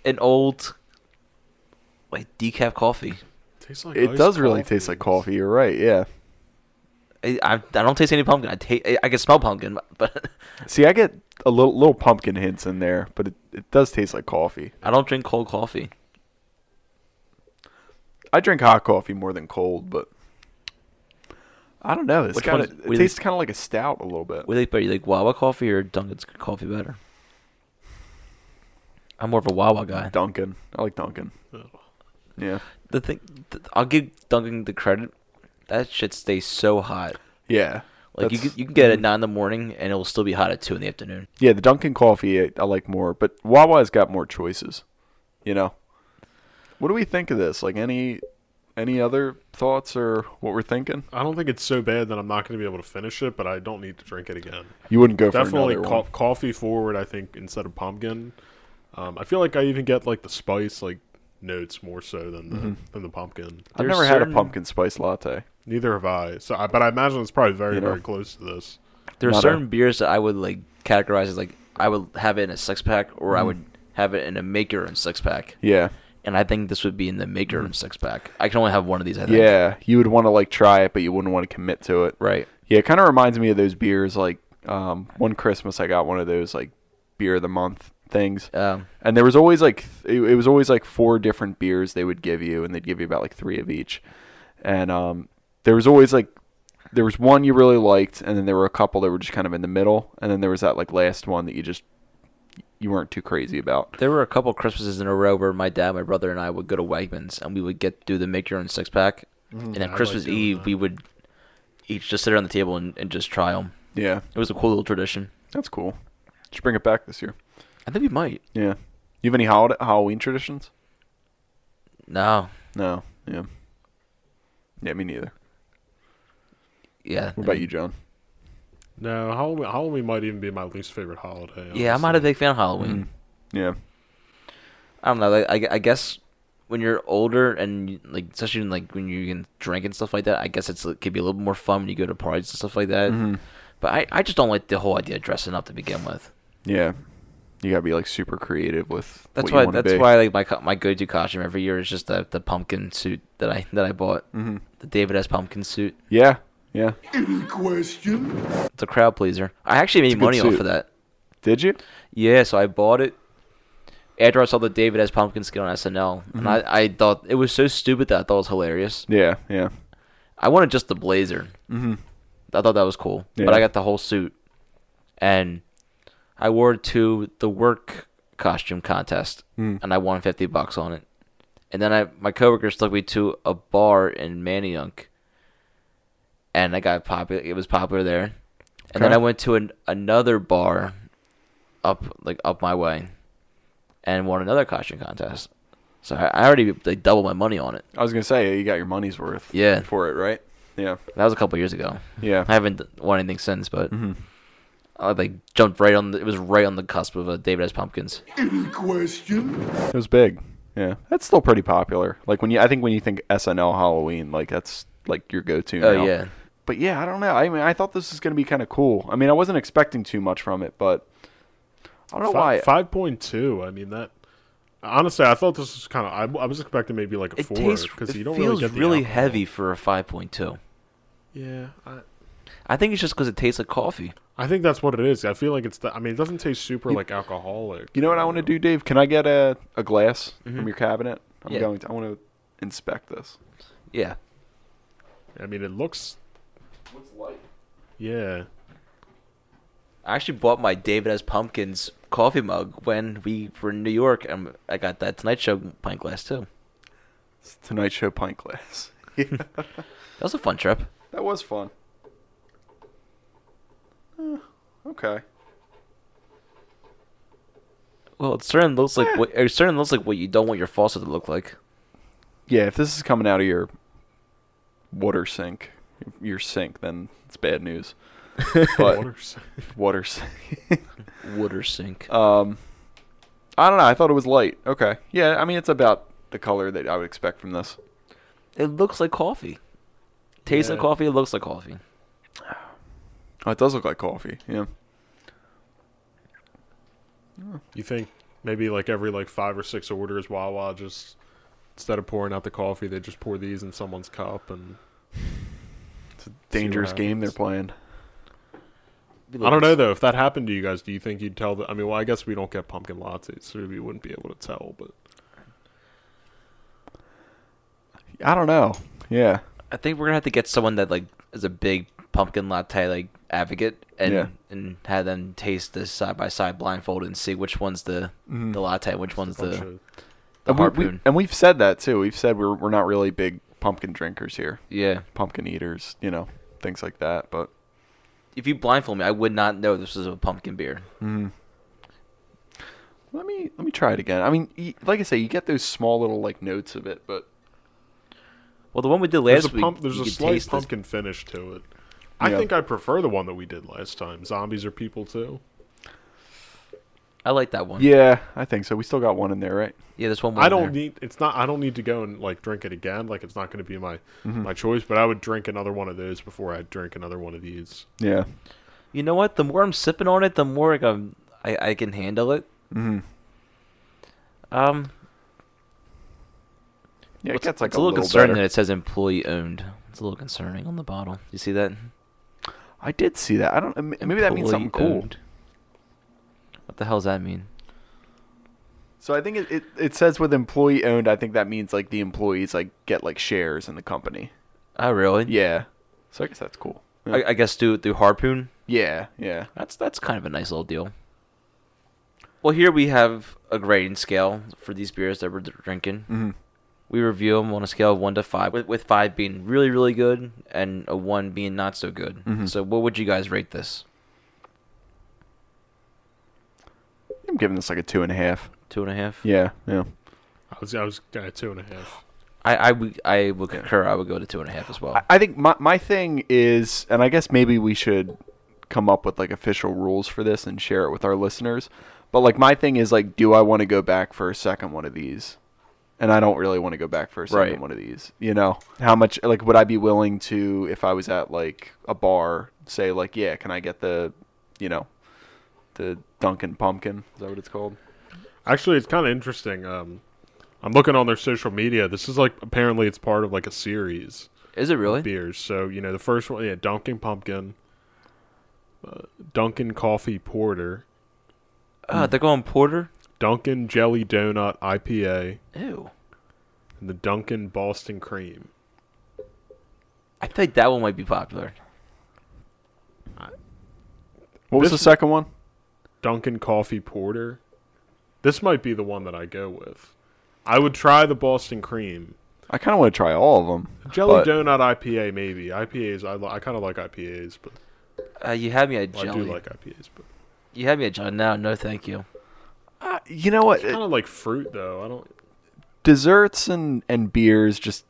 A: an old like decaf coffee.
C: Tastes like
B: it
C: iced
B: does really taste
C: coffee.
B: like coffee. You're right. Yeah.
A: I I, I don't taste any pumpkin. I taste I, I can smell pumpkin, but
B: See, I get a little little pumpkin hints in there, but it, it does taste like coffee.
A: I don't drink cold coffee.
B: I drink hot coffee more than cold, but I don't know. It's
A: Which
B: kind
A: one's-
B: of it
A: we-
B: tastes kind of like a stout a little bit.
A: What do you like better? You like Wawa coffee or Dunkin's coffee better? I'm more of a Wawa guy.
B: Dunkin', I like Dunkin'. Yeah,
A: The thing, th- I'll give Dunkin' the credit. That shit stays so hot.
B: yeah.
A: Like you,
B: That's- mm.
A: can- you can get it at nine in the morning and it will still be hot at two in the afternoon.
B: Yeah, the Dunkin' coffee I, I like more, but Wawa's got more choices. You know. What do we think of this? Like any any other thoughts or what we're thinking?
C: I don't think it's so bad that I'm not going to be able to finish it, but I don't need to drink it again.
B: You wouldn't go
C: Definitely
B: for another
C: co-
B: one.
C: coffee forward. I think instead of pumpkin, um, I feel like I even get like the spice like notes more so than the
B: Mm-hmm.
C: than the pumpkin.
B: I've
A: There's
B: never had a
A: certain-
B: pumpkin spice latte.
C: Neither have I. So, I, but I imagine it's probably very
B: You know.
C: very close to this.
A: There are
B: Not a-
A: certain beers that I would like categorize as like I would have it in a six pack or
B: Mm.
A: I would have it in a maker and six pack.
B: Yeah.
A: And I think this would be in the maker and six pack. I can only have one of these. I think.
B: Mm. Yeah, you would want to like try it, but you wouldn't want to commit to it.
A: Right.
B: Yeah, it kind of reminds me of those beers. Like um, one Christmas, I got one of those like beer of the month things,
A: Um,
B: and there was always like th- it, it was always like four different beers they would give you, and they'd give you about like three of each, and um, there was always like there was one you really liked, and then there were a couple that were just kind of in the middle, and then there was that like last one that you just you weren't too crazy about.
A: There were a couple Christmases in a row where my dad, my brother, and I would go to Wegmans and we would get do the make your own six pack,
B: Mm,
A: and then Christmas
C: doing
A: Eve we would each just sit around the table and, and just try them.
B: Yeah,
A: It was a cool little tradition.
B: that's cool. Should bring it back this year.
A: I think we might.
B: Yeah. You have any holiday, Halloween traditions?
A: No,
B: No. Yeah. Yeah, me neither.
A: yeah.
B: What about you, John?
C: No, Halloween, Halloween might even be my least favorite holiday.
A: Yeah, I'm not a big fan of Halloween.
B: mm. Yeah.
A: I don't know. Like, I, I guess when you're older and you- like especially in, like when you can drink and stuff like that, I guess it's it could be a little more fun when you go to parties and stuff like that.
B: Mm-hmm.
A: But I, I just don't like the whole idea of dressing up to begin with.
B: Yeah. You gotta be like super creative with
A: That's
B: what you
A: why.
B: wanna
A: That's
B: be.
A: why. Like my co- my go to costume every year is just the, the pumpkin suit that I that I bought. Mm-hmm. The David S. Pumpkin suit.
B: Yeah. Yeah.
A: It's a crowd pleaser. I actually made
B: a good
A: money off
B: suit.
A: of that.
B: Did you?
A: Yeah, so I bought it after I saw the David S. Pumpkin skit on SNL,
B: Mm-hmm.
A: and I, I thought it was so stupid that I thought it was hilarious.
B: Yeah. Yeah.
A: I wanted just the blazer. Mm-hmm. I thought that was cool,
B: Yeah.
A: but I got the whole suit, and I wore it to the work costume contest,
B: Hmm.
A: and I won fifty bucks on it. And then I my coworkers took me to a bar in Manayunk, and I got popular. It was popular there, and then
B: Okay.
A: I went to an, another bar, up like up my way, and won another costume contest. So I, I already like doubled my money on it.
B: I was gonna say you got your money's worth.
A: Yeah.
B: For it, right? Yeah.
A: That was a couple years ago.
B: Yeah.
A: I haven't won anything since, but
C: Mm-hmm.
A: I like jumped right on. The, it was right on the cusp of uh, David S. Pumpkins.
B: It was big. Yeah. That's still pretty popular. Like when you, I think when you think SNL Halloween, like that's like your go-to.
A: Oh
B: now.
A: yeah,
B: But yeah, I don't know. I mean, I thought this was gonna be kind of cool. I mean, I wasn't expecting too much from it, but I don't know why.
C: Five point two. I mean that. Honestly, I thought this was kind of. I, I was expecting maybe like a
A: it
C: four
A: tastes.
C: because
A: it
C: you don't really
A: feels
C: get
A: really,
C: the alcohol.
A: heavy for a five point two.
C: Yeah, I,
A: I think it's just because it tastes like coffee.
C: I think that's what it is. I feel like it's. The, I mean, it doesn't taste super like alcoholic.
B: You know what I want to do, Dave? Can I get a, a glass from your cabinet? I'm
A: Yeah.
B: going. To, I want to inspect this.
A: Yeah,
C: I mean, it looks. Yeah.
A: I actually bought my David S. Pumpkins coffee mug when we were in New York, and I got that Tonight Show pint glass too.
B: It's Tonight Show pint glass.
A: That was a fun trip.
B: That was fun. Eh, okay.
A: Well, it certainly looks like what it certainly looks like what you don't want your faucet to look like.
B: Yeah, if this is coming out of your water sink, your sink, then it's bad news. But
C: Waters.
B: water sink. Um,
A: Water sink.
B: I don't know. I thought it was light. Okay. Yeah, I mean it's about the color that I would expect from this.
A: it looks like coffee. Tastes like
C: Yeah.
A: coffee. It looks like coffee.
B: Oh, it does look like coffee. Yeah.
C: You think maybe like every like five or six orders, Wawa just instead of pouring out the coffee, they just pour these in someone's cup and.
B: Dangerous game they're
C: happens.
B: playing.
C: I don't know though. If that happened to you guys, do you think you'd tell? The, I mean, well, I guess we don't get pumpkin lattes, so we wouldn't be able to tell. But
B: I don't know. Yeah.
A: I think we're gonna have to get someone that like is a big pumpkin latte like advocate and
B: Yeah.
A: and have them taste this side by side blindfolded and see which one's the
C: Mm-hmm.
A: the latte, which one's
C: bunch
A: the,
C: of-
A: the
B: And, we, we,
A: harpoon.
B: and we've said that too. We've said we're we're not really big pumpkin drinkers here,
A: yeah.
B: pumpkin eaters, you know, things like that. But
A: If you blindfold me, I would not know this was a pumpkin beer.
B: let me let me try it again. I mean, y- like I say, you get those small little like notes of it, but
A: Well, the one we did last
C: there's a
A: week,
C: pump, there's
A: you
C: a
A: could
C: slight
A: taste this-
C: pumpkin finish to it. I
B: Yeah.
C: think I prefer the one that we did last time. Zombies are people too.
A: I like that one. Yeah,
B: yeah, I think so. We still got one in there, right?
A: there's one. More
C: I
A: in
C: don't
A: there.
C: need. It's not. I don't need to go and like drink it again. Like it's not going to be my my choice. But I would drink another one of those before I drink another one of these.
B: Yeah.
A: You know what? The more I'm sipping on it, the more like, I'm, I I can handle it. Mm-hmm. Um,
B: Yeah, it gets like
A: it's
B: a,
A: a little,
B: little
A: concerning
B: better.
A: that it says employee owned. It's a little concerning on the bottle. You see that?
B: I did see that. I don't. m- Maybe that means something cool.
A: Employee-owned. What the hell does that mean?
B: So I think it, it it says with employee owned. I think that means like the employees like get like shares in the company.
A: Oh, really?
B: Yeah. So Hmm. I guess that's cool. Yeah.
A: I, I guess through through harpoon.
B: yeah. Yeah.
A: That's that's kind of a nice little deal. Well, here we have a grading scale for these beers that we're d- drinking.
B: Mm.
A: We review them on a scale of one to five, with, with five being really really good and a one being not so good.
B: Mm-hmm.
A: So, what would you guys rate this?
B: I'm giving this like a two and a half.
A: Two and a half.
B: Yeah. Yeah.
C: I was I was at two and a half.
A: I I would I would concur. I would go to two and a half as well.
B: I- I think my my thing is, and I guess maybe we should come up with like official rules for this and share it with our listeners. But like my thing is like, do I want to go back for a second one of these? And I don't really want to go back for a second
A: Right.
B: one of these. You know, how much like would I be willing to if I was at like a bar say like, yeah, can I get the, you know, the Dunkin' Pumpkin? Is that what it's called?
C: Actually, it's kind of interesting. Um, I'm looking on their social media. This is like apparently it's part of like a series.
A: Is it really?
C: beers. So you know the first one, yeah, Dunkin' Pumpkin, uh, Dunkin' Coffee Porter,
A: Uh, they're going porter.
C: Dunkin' Jelly Donut IPA,
A: Ew.
C: and the Dunkin' Boston Cream.
A: I feel like that one might be popular.
B: What was
C: This-
B: the second one?
C: Dunkin' Coffee Porter. This might be the one that I go with. I would try the Boston Cream.
B: I kind of want to try all of them.
C: Jelly
B: but
C: donut IPA maybe. IPAs I, li- I kind of like IPAs, but
A: Uh, you had me at
C: well, I
A: jelly.
C: do like IPAs, but
A: You had me at jelly. No, no, thank you.
B: uh, you know what?
C: kind of like fruit though. I don't.
B: Desserts and and beers just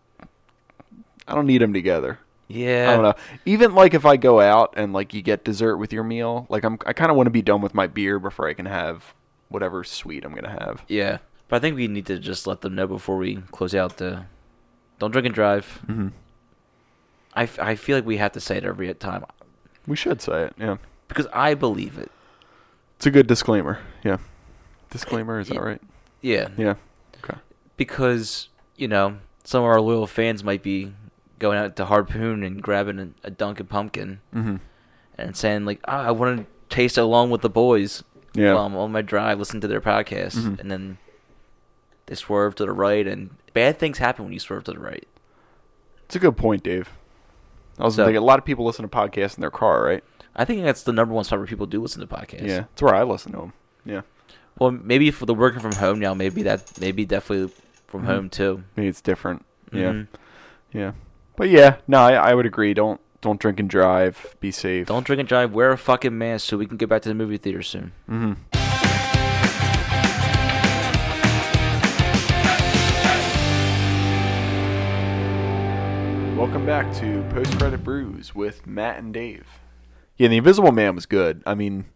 B: I don't need them together.
A: Yeah.
B: I don't know. Even like if I go out and like you get dessert with your meal, like I'm I kind of want to be done with my beer before I can have whatever sweet I'm gonna have.
A: Yeah, but I think we need to just let them know before we close out the. Don't drink and drive. Mm-hmm. I, f- I feel like we have to say it every time
B: We should say it. Yeah,
A: because I believe it.
B: it's a good disclaimer. Yeah, disclaimer is that right?
A: Yeah,
B: Yeah. Okay.
A: because you know some of our loyal fans might be going out to harpoon and grabbing a, a Dunkin' Pumpkin
B: Mm-hmm.
A: and saying like, ah, I want to taste it along with the boys.
B: Yeah. Mm-hmm.
A: While I'm on my drive, listen to their podcast, and then they swerve to the right, and bad things happen when you swerve to the right.
B: It's a good point, Dave. I was
A: So-
B: thinking a lot of people listen to podcasts in their car, right?
A: I think that's the number one spot where people do listen to podcasts.
B: Yeah, it's where I listen to them. Yeah,
A: Well, maybe for the working from home now, maybe that, maybe definitely from
B: Mm-hmm.
A: home too.
B: maybe it's different.
A: Mhm.
B: Yeah, yeah. But yeah, no, I, I would agree. Don't don't drink and drive. Be safe.
A: Don't drink and drive. Wear a fucking mask so we can get back to the movie theater soon.
B: Mm-hmm. Welcome back to Post Credit Brews with Matt and Dave. Yeah, the Invisible Man was good. I mean,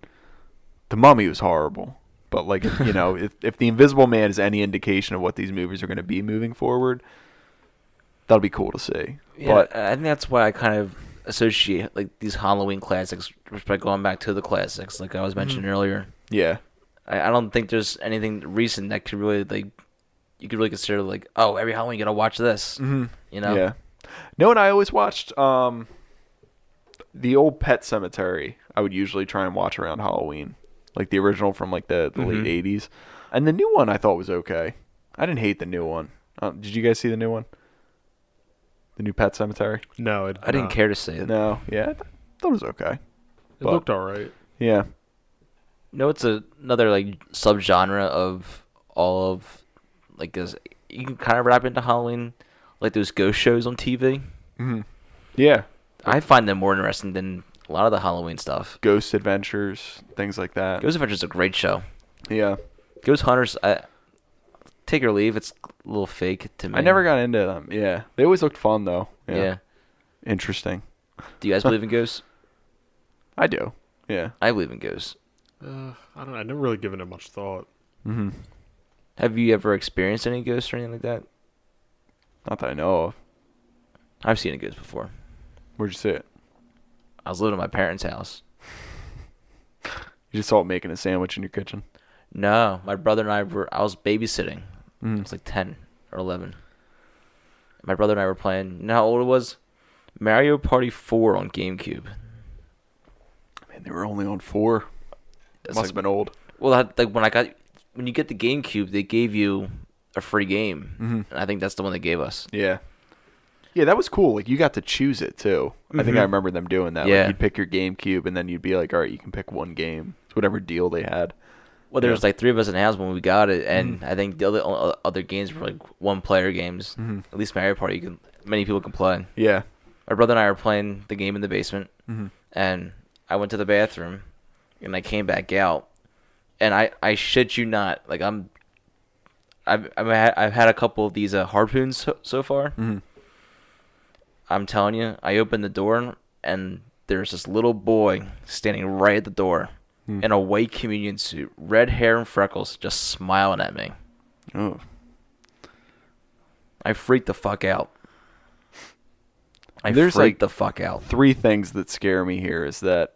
B: the Mummy was horrible. But like, you know, if if the Invisible Man is any indication of what these movies are going to be moving forward, that'll be cool to see.
A: Yeah,
B: but
A: I think that's why I kind of associate like these Halloween classics by going back to the classics, like I was mentioning
B: Mm-hmm.
A: earlier.
B: yeah,
A: I, I don't think there's anything recent that could really like you could really consider like oh every Halloween you gotta watch this. Mm-hmm. You know.
B: yeah. No, and I always watched um the old Pet Cemetery. I would usually try and watch around Halloween, like the original from like the, the late '80s, and the new one I thought was okay. I didn't hate the new one. Um, did you guys see the new one? The new Pet Cemetery?
C: No, it,
A: I didn't care to say it. No,
B: No, yeah, I th- thought it was okay.
C: It looked all right.
B: Yeah,
A: it's a, another like subgenre of all of like this. You can kind of wrap into Halloween, like those ghost shows on TV.
B: yeah.
A: I find them more interesting than a lot of the Halloween stuff.
B: Ghost adventures, things like that.
A: Ghost Adventure's a great show.
B: Yeah,
A: Ghost Hunters, I, take or leave, it's a little fake to me.
B: I never got into them. Yeah, they always looked fun though.
A: Yeah.
B: interesting.
A: Do you guys believe in ghosts?
B: I do. Yeah.
A: I believe in ghosts.
C: Uh, I don't. know. I never really given it much thought.
A: Have you ever experienced any ghosts or anything like that?
B: Not that I know of.
A: I've seen a ghost before.
B: Where'd you see it?
A: I was living at my parents' house.
B: You just saw it making a sandwich in your kitchen.
A: No, my brother and I were. I was babysitting. I was like ten or eleven. My brother and I were playing. You know how old it was? Mario Party Four on GameCube.
B: Man, they were only on four. Must
A: like-
B: have been old.
A: Well, that, like when I got when you get the GameCube, they gave you a free game, and I think that's the one they gave us.
B: Yeah. Yeah, that was cool. Like you got to choose it too. I think I remember them doing that.
A: Yeah.
B: Like, you'd pick your GameCube, and then you'd be like, "All right, you can pick one game." It's whatever deal they had.
A: Well, there was like three of us in the house when we got it, and I think the other o- other games were like one player games. At least Mario Party, you can many people can play.
B: Yeah.
A: My brother and I were playing the game in the basement,
B: Mm-hmm.
A: and I went to the bathroom, and I came back out, and I I shit you not, like I'm. I've I've had, I've had a couple of these uh, harpoons so, so far.
B: Mm-hmm.
A: I'm telling you, I opened the door and there's this little boy standing right at the door
B: Hmm.
A: in a white communion suit, red hair and freckles, just smiling at me.
B: Oh.
A: I freaked the fuck out. I
B: There's,
A: freaked the
B: like,
A: fuck out.
B: Three things that scare me here is that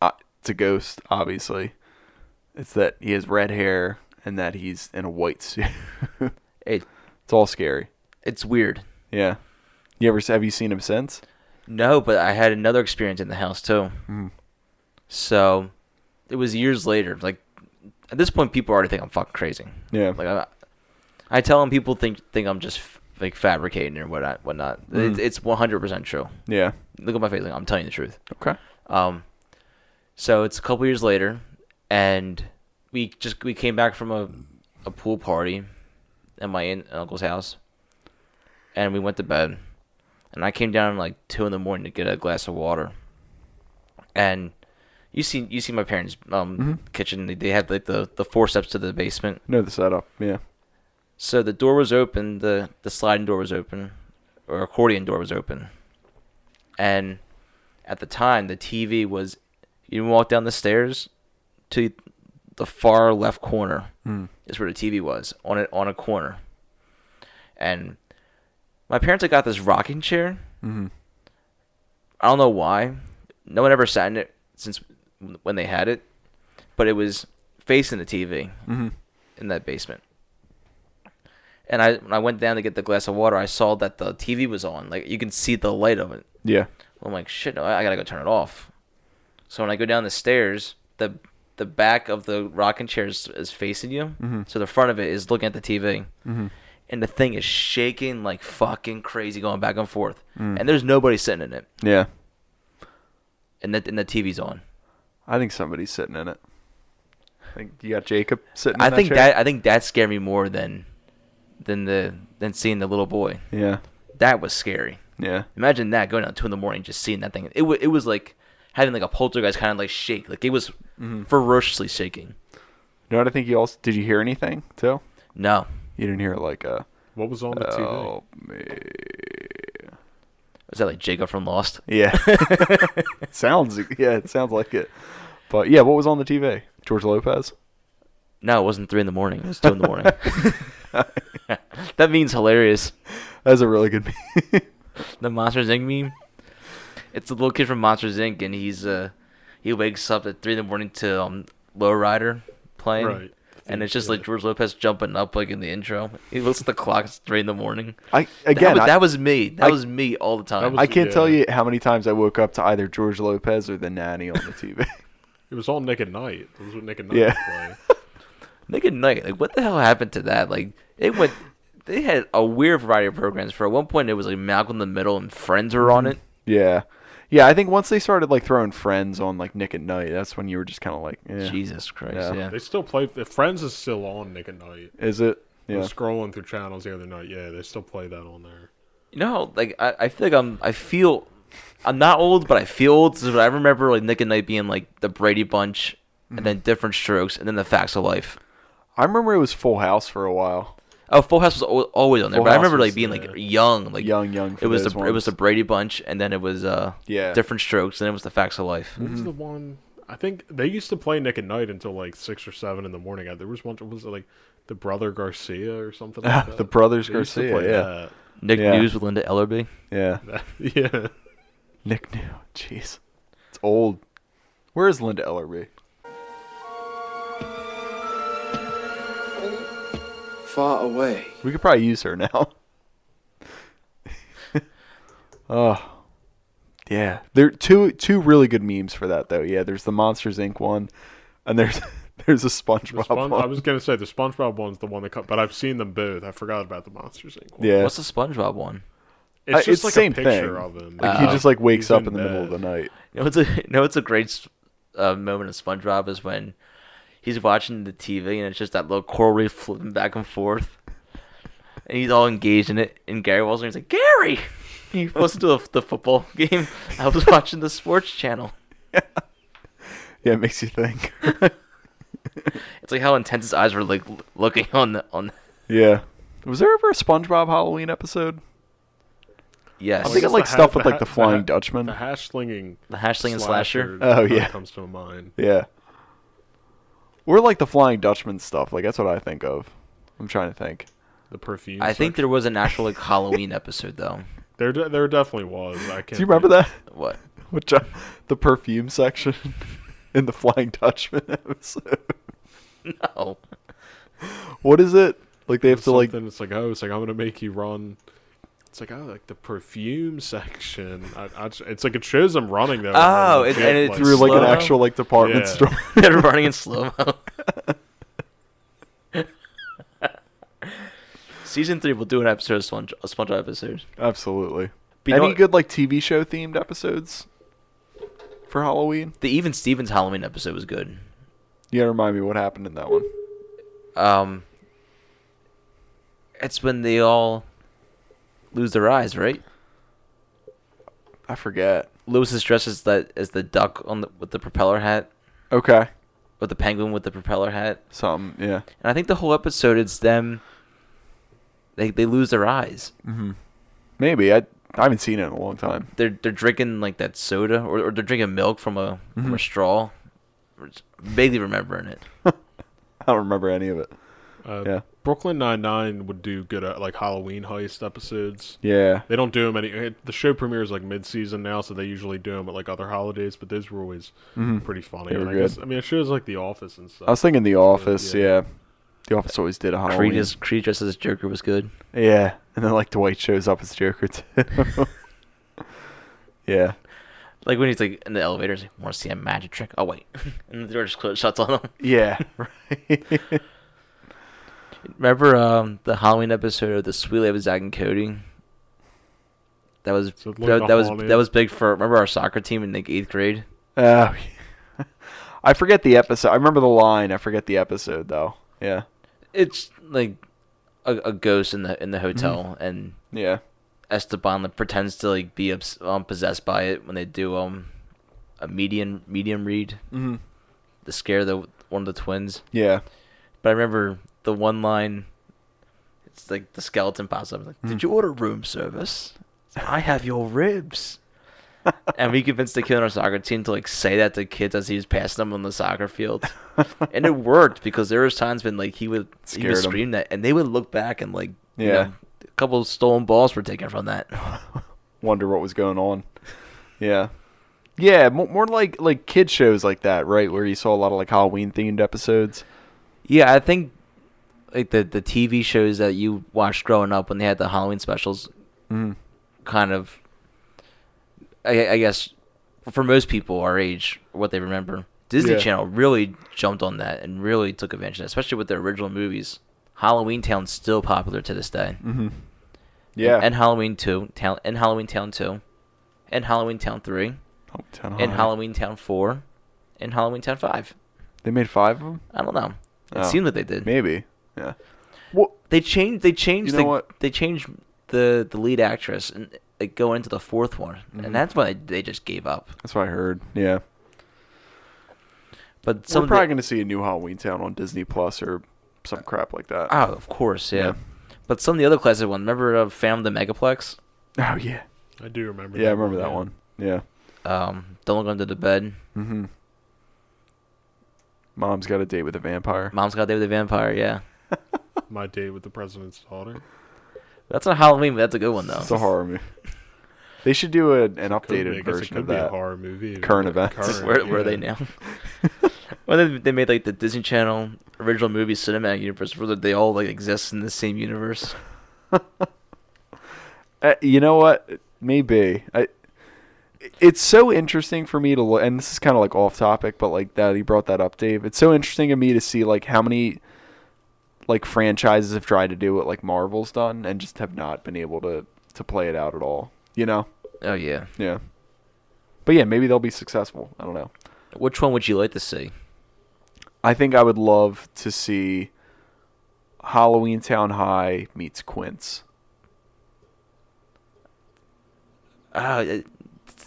B: uh, it's a ghost, obviously. It's that he has red hair and that he's in a white suit.
A: It
B: it's all scary.
A: it's weird.
B: Yeah. You ever have you seen him since?
A: No, but I had another experience in the house too. So it was years later. Like at this point, people already think I'm fucking crazy.
B: Yeah.
A: Like I, I tell them people think think I'm just like fabricating or whatnot. whatnot. It, it's 100 percent true.
B: Yeah.
A: Look at my face. Like I'm telling you the truth.
B: Okay.
A: Um, so it's a couple years later, and we just we came back from a, a pool party at my aunt and uncle's house, and we went to bed. And I came down like two in the morning to get a glass of water. And you see, you see my parents' um, kitchen. They, they had like the the forceps to the basement.
B: Know the setup. Yeah.
A: So the door was open, the the sliding door was open, or accordion door was open, and at the time the TV was. You walk down the stairs to the far left corner is where the TV was on it on a corner, and my parents had got this rocking chair. I don't know why. No one ever sat in it since when they had it, but it was facing the TV in that basement. And I when I went down to get the glass of water, I saw that the TV was on. Like you can see the light of it.
B: Yeah.
A: I'm like, shit, no, I I gotta go turn it off. So when I go down the stairs, the the back of the rocking chair is, is facing you, so the front of it is looking at the TV, and the thing is shaking like fucking crazy, going back and forth, and there's nobody sitting in it,
B: Yeah.
A: and the and the TV's on.
B: I think somebody's sitting in it. I think you got Jacob sitting. In
A: I think
B: chair?
A: that I think that scared me more than than the than seeing the little boy.
B: Yeah.
A: That was scary.
B: Yeah.
A: Imagine that going out two in the morning, just seeing that thing. It w- it was like having like a poltergeist kind of like shake. Like it was
B: Mm-hmm.
A: ferociously shaking.
B: You know what I think you also did you hear anything too?
A: No,
B: You didn't hear like a
C: What was on the TV?
B: oh me.
A: was that like Jacob from Lost?
B: Yeah. sounds yeah, it sounds like it. But yeah, what was on the TV? George Lopez?
A: No, it wasn't three in the morning. It was two in the morning. that means hilarious.
B: That's a really good meme.
A: The Monsters Inc. meme. It's the little kid from Monsters Inc. and he's uh he wakes up at three in the morning to um Lowrider playing.
C: Right.
A: And it's just like George Lopez jumping up like in the intro. He looks at the clock, it's three in the morning.
B: I
A: that,
B: again
A: was,
B: I,
A: that was me. That
B: I-
A: was me all the time.
C: was-
B: I can't
C: yeah.
B: tell you how many times I woke up to either George Lopez or the nanny on the TV.
C: It was all Nick at Night. It was what Nick at Night
B: Yeah.
C: was
A: Nick and Night, like what the hell happened to that? Like it went they had a weird variety of programs. For at one point it was like Malcolm in the Middle and Friends were on it.
B: yeah. Yeah, I think once they started like throwing friends on like Nick at Night, that's when you were just kind of like, eh,
A: Jesus Christ.
B: Yeah.
A: yeah.
C: They still play. The Friends is still on Nick at Night.
B: is it?
C: I
B: Yeah.
C: was scrolling through channels the other night. Yeah, they still play that on there.
A: You know, how, like I, I feel like I'm, I feel, I'm not old, but I feel old. So I remember like Nick and Knight being like the Brady Bunch, and
B: Mm-hmm.
A: then Different Strokes, and then The Facts of Life.
B: I remember it was Full House for a while.
A: Oh, Full House was al- always on there,
B: Full
A: but I
B: House
A: remember
B: was, uh,
A: like being like
C: yeah.
A: young, like
B: Young, young for
A: It was
B: those
A: the it was
B: ones.
A: the Brady Bunch, and then it was uh
B: Yeah. Mm-hmm.
A: Different Strokes, and then it was The Facts of Life.
C: What was the one? I think they used to play Nick at Night until like six or seven in the morning. Uh, There was one. Was it like the Brother Garcia or something? like that?
B: Ah, The Brothers
C: They used to
B: Garcia,
C: play
B: yeah.
C: that.
A: Nick
B: Yeah.
A: News with Linda Ellerby.
B: Yeah.
C: yeah.
B: Nick New. Jeez. It's old. Where is Linda Ellerby?
K: Far away.
B: We could probably use her now. oh. Yeah. There are two two really good memes for that though. Yeah, there's the Monsters Inc. one and there's there's a
C: The
B: SpongeBob
C: Spon-
B: one.
C: I was gonna say the SpongeBob one's the one that cut, but I've seen them both. I forgot about the Monsters Inc. one.
B: yeah.
A: What's the SpongeBob one?
B: Uh,
C: it's just like
B: same
C: a picture
B: thing.
C: of him. Uh,
B: Like he just like wakes
C: He's
B: up
C: in
B: in the middle of the
C: bed.
B: night.
A: You know, it's a you know, it's a great s- uh, moment of SpongeBob is when he's watching the TV and it's just that little coral reef flipping back and forth, and he's all engaged in it. And Gary Walls he's like, Gary, he wasn't to the, the football game. I was watching the sports channel.
B: Yeah, it makes you think.
A: It's like how intense his eyes were like l- looking on the on. The,
B: yeah. Was there ever a SpongeBob Halloween episode?
A: yes,
B: I think I
C: Just
B: like
C: the
B: stuff
C: ha-
B: with
C: the
B: like the
C: ha- the
B: Flying
C: ha-
B: Dutchman.
C: The hash slinging,
A: the hash slinging slasher.
B: Oh,
C: kinda
B: yeah.
C: comes to mind.
B: Yeah. Or like the Flying Dutchman stuff. Like that's what I think of. I'm trying to think.
C: The perfume.
A: I think there was an actual like Halloween episode though.
C: there de- there definitely was. I can't.
B: Do you remember that?
A: What?
B: Which uh, the perfume section in the Flying Dutchman episode.
A: Oh,
B: What is it? Like they have to
C: So
B: like
C: like, it's like oh, it's like I'm gonna make you run. It's like oh, like the perfume section. I, I just- it's like it shows them running though.
A: Oh,
C: Like,
A: it's- and it's
B: through like
A: slow
B: an
A: mo?
B: actual like department
C: Yeah.
B: store.
A: they're running in slow mo. Season three, we'll do an episode of Sponge, a SpongeBob episode.
B: Absolutely.
A: But you know
B: Any
A: what-
B: good like TV show themed episodes for Halloween?
A: The Even Stevens Halloween episode was good.
B: You gotta remind me what happened in that one.
A: Um, it's when they all lose their eyes, right?
B: I forget.
A: Lewis is dressed as the as the duck on the with the propeller hat,
B: Okay.
A: or the penguin with the propeller hat.
B: Something. Yeah.
A: And I think the whole episode it's them. They they lose their eyes.
B: Maybe I. I haven't seen it in a long time.
A: They're they're drinking like that soda, or, or they're drinking milk from a from a straw. We're just Vaguely remembering it.
B: I don't remember any of it.
C: Uh,
B: Yeah.
C: Brooklyn Nine Nine would do good at like Halloween heist episodes.
B: Yeah.
C: They don't do them any. it- The show premieres like mid-season now, so they usually do them at like other holidays. But those were always pretty funny.
B: Mm-hmm. They were
C: and I
B: good.
C: guess I mean, it shows like The Office and stuff.
B: I was thinking The Office.
C: yeah.
B: Yeah. The Office always did a Halloween.
A: Creed is Creed dressed as Joker was good.
B: Yeah, and then like Dwight shows up as Joker too. yeah.
A: Like when he's like in the elevator, he's like, "Want to see a magic trick?" Oh wait, and the door just closed, shuts on him.
B: Yeah. Right.
A: Remember um, the Halloween episode of the Sweet Life of Zack and Cody? That was
C: So it looked
A: that, that was
C: awful,
A: that was big for remember our soccer team in like eighth grade.
B: Uh, I forget the episode. I remember the line. I forget the episode though. Yeah.
A: It's like a, a ghost in the in the hotel, and
B: Yeah.
A: Esteban like, pretends to like be obs- um, possessed by it when they do um a medium medium read to scare the one of the twins.
B: Mm-hmm. Yeah.
A: But I remember the one line. It's like the skeleton pops up. Like,
B: Mm.
A: did you order room service? I have your ribs. and we convinced the kid on our soccer team to like say that to kids as he was passing them on the soccer field, and it worked because there was times when like he would he
B: Scared
A: would
B: 'em.
A: scream that, and they would look back and like you
B: Yeah.
A: know, a couple of stolen balls were taken from that.
B: Wonder what was going on. Yeah. Yeah, more, more like like kid shows like that, right? Where you saw a lot of like Halloween themed episodes.
A: Yeah, I think like the the TV shows that you watched growing up when they had the Halloween specials,
B: Mm-hmm.
A: kind of, I, I guess, for most people our age, what they remember, Disney
B: Yeah.
A: Channel really jumped on that and really took advantage, of that, especially with their original movies. Halloween Town's still popular to this day,
B: Mm-hmm.
C: Mm-hmm.
B: Yeah.
A: and Halloween Two, Town, and Halloween Town Two, and Halloween Town Three,
B: Oh, Town
A: and
B: Hall.
A: Halloween Town Four, and Halloween Town Five.
B: They made 5 of them?
A: I don't know. It
B: Oh.
A: seemed like they did.
B: Maybe. Yeah. Well,
A: They changed. They changed.
B: You know
A: the,
B: what?
A: They changed the the lead actress and like go into the fourth one,
B: Mm-hmm.
A: and that's why they just gave up.
B: that's what I heard. Yeah.
A: But some
B: We're
A: of
B: probably
A: the,
B: going to see a new Halloween Town on Disney Plus or some crap like that.
A: oh, of course, yeah.
B: Yeah.
A: But some of the other classic ones. Remember uh, Phantom of the Megaplex?
B: Oh yeah,
C: I do remember.
B: yeah, I remember that one. Yeah,
A: Um, Don't look under the bed.
B: Mom's got a date with a vampire.
A: Mom's got David the Vampire. Yeah,
C: My date with the president's daughter.
A: that's not Halloween, but that's a good one though.
B: It's a horror movie. They should do an, an
C: Could be- I
B: updated
C: guess it
B: version
C: could
B: of
C: be a
B: that.
C: horror movie.
B: Current events.
A: where, where are they now? well, they, they made like the Disney Channel original movie cinematic universe where they all like exist in the same universe.
B: Uh, you know what? Maybe I. It's so interesting for me to look, and this is kind of like off topic, but like that you brought that up, Dave. It's so interesting to me to see like how many like franchises have tried to do what like Marvel's done and just have not been able to to play it out at all. You know?
A: Oh yeah.
B: Yeah. But yeah, maybe they'll be successful. I don't know.
A: Which one would you like to see?
B: I think I would love to see Halloween Town High meets Quince.
A: Oh, it-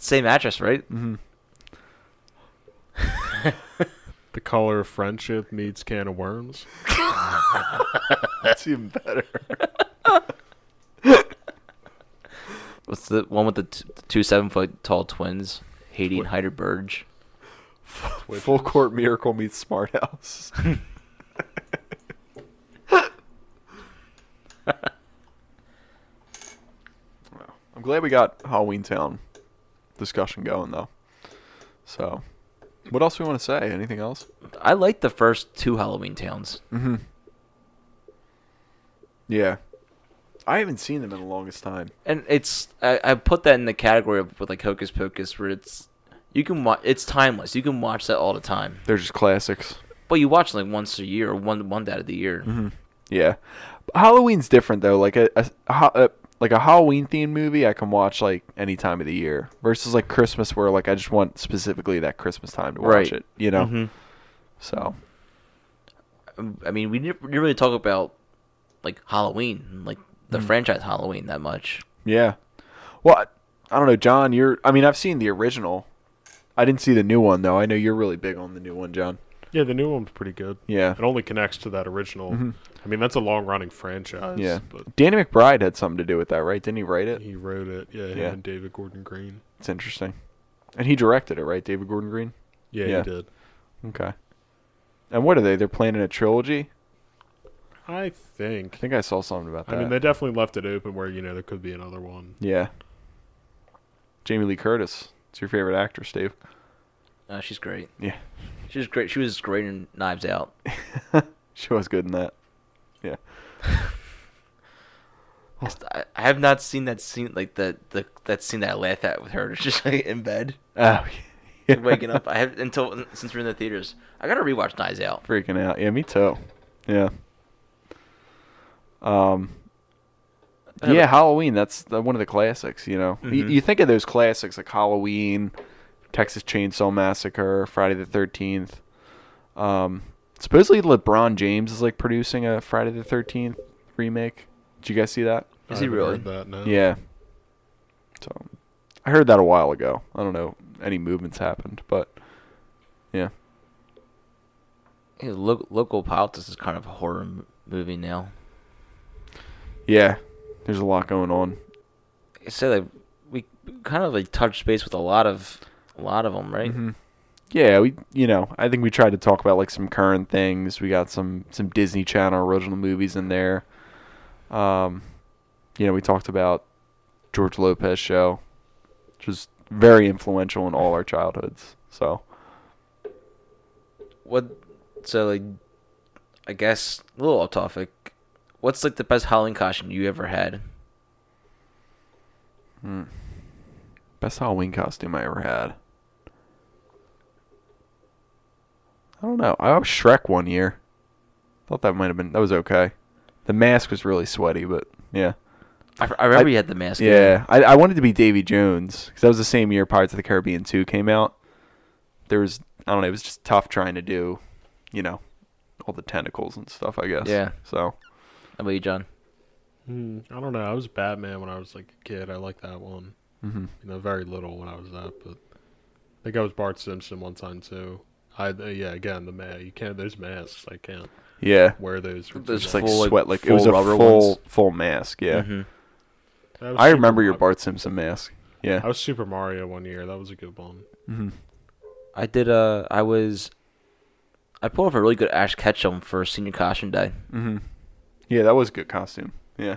A: same actress, right?
C: The color of friendship meets can of worms.
B: That's even better.
A: What's the one with the, t- the two seven foot tall twins, Haiti and Hyder Burge?
B: Full Court Miracle meets Smart House. Well, I'm glad we got Halloween Town discussion going though. So, what else we want to say? Anything else?
A: I like the first two Halloween towns.
B: Yeah. I haven't seen them in the longest time.
A: and it's I, I put that in the category of with like Hocus Pocus, where it's you can watch it's timeless. You can watch that all the time,
B: They're just classics.
A: but you watch it like once a year or one one out of the year.
B: Yeah, Halloween's different though. Like a, a, a, ho- a like a Halloween themed movie, I can watch like any time of the year. Versus like Christmas, where like I just want specifically that Christmas time to watch
A: Right.
B: it. You know.
C: Mm-hmm.
B: So
A: I mean, we didn't, we didn't really talk about like Halloween, like the franchise Halloween that much.
B: Yeah. Well, I- I don't know, John. You're. I mean, I've seen the original. I didn't see the new one though. I know you're really big on the new one, John.
C: Yeah, the new one's pretty good.
B: Yeah. Mm-hmm.
C: It only connects to that original. I mean, that's a long running franchise.
B: Yeah.
C: But
B: Danny McBride had something to do with that, right? Didn't he write it?
C: he wrote it. Yeah, him
B: Yeah.
C: and David Gordon Green.
B: It's interesting. And he directed it, right? David Gordon Green.
C: Yeah,
B: Yeah.
C: he did.
B: Okay. And what are they? They're planning a trilogy.
C: I think.
B: I think I saw something about
C: I
B: that.
C: mean, they definitely left it open where, you know, there could be another one.
B: yeah. Jamie Lee Curtis. It's your favorite actor, Steve.
A: Uh, she's great.
B: Yeah.
A: She was great. She was great in Knives Out.
B: She was good in that. Yeah.
A: I, st- I- I have not seen that scene like the, the that scene that I laugh at with her just like in bed
B: Oh,
A: like, waking up. I have until since we're in the theaters. I gotta rewatch Knives Out.
B: Freaking out. Yeah, me too. Yeah.
A: I
B: Um.
A: have
B: Yeah,
A: a- Mm-hmm.
B: Halloween. That's the, one of the classics. You know, you, you think of those classics like Halloween, Texas Chainsaw Massacre, Friday the Thirteenth. Um, supposedly LeBron James is like producing a Friday the Thirteenth remake. Did you guys see that?
A: Is
C: I
A: he
C: haven't
A: really?
C: heard that now.
B: Yeah. So, I heard that a while ago. I don't know any movements happened, but yeah.
A: Yeah, lo- local politics is kind of a horror m- movie now.
B: Yeah, there's a lot going on.
A: I say like we kind of like touched base with a lot of a lot of them, right?
C: Mm-hmm.
B: Mm-hmm. Yeah, we you know I think we tried to talk about like some current things. We got some some Disney Channel original movies in there. Um, you know we talked about George Lopez show, which was very influential in all our childhoods. So
A: What? So like, I guess a little off topic. What's like the best Halloween costume you ever had?
B: best Halloween costume I ever had. I don't know. I was Shrek one year. Thought that might have been that was okay. The mask was really sweaty, but yeah.
A: I, I remember you had the mask. on.
B: Yeah, I, I wanted to be Davy Jones because that was the same year Pirates of the Caribbean 2 came out. There was, I don't know, it was just tough trying to do, you know, all the tentacles and stuff, I guess.
A: Yeah.
B: So,
A: How about you, John?
C: Hmm, I don't know. I was Batman when I was like a kid. I like that one. Mm-hmm. You know, very little when I was that, but I think I was Bart Simpson one time too. I uh, yeah, again the ma You can't those masks. I can't
B: yeah.
C: wear those. for too
A: Those
B: Just
C: long.
B: like
A: Full, like,
B: sweat, like, it was
A: full
B: a
A: rubber
B: full,
A: ones?
B: full mask, yeah.
A: Mm-hmm.
C: That was
B: I
C: Super
B: remember your
C: Mario-
B: Bart Simpson mask. Yeah.
C: I was Super Mario one year. That was a good one.
A: I did. Uh, I was. I pulled off a really good Ash Ketchum for senior costume day.
B: Yeah, that was a good costume. Yeah.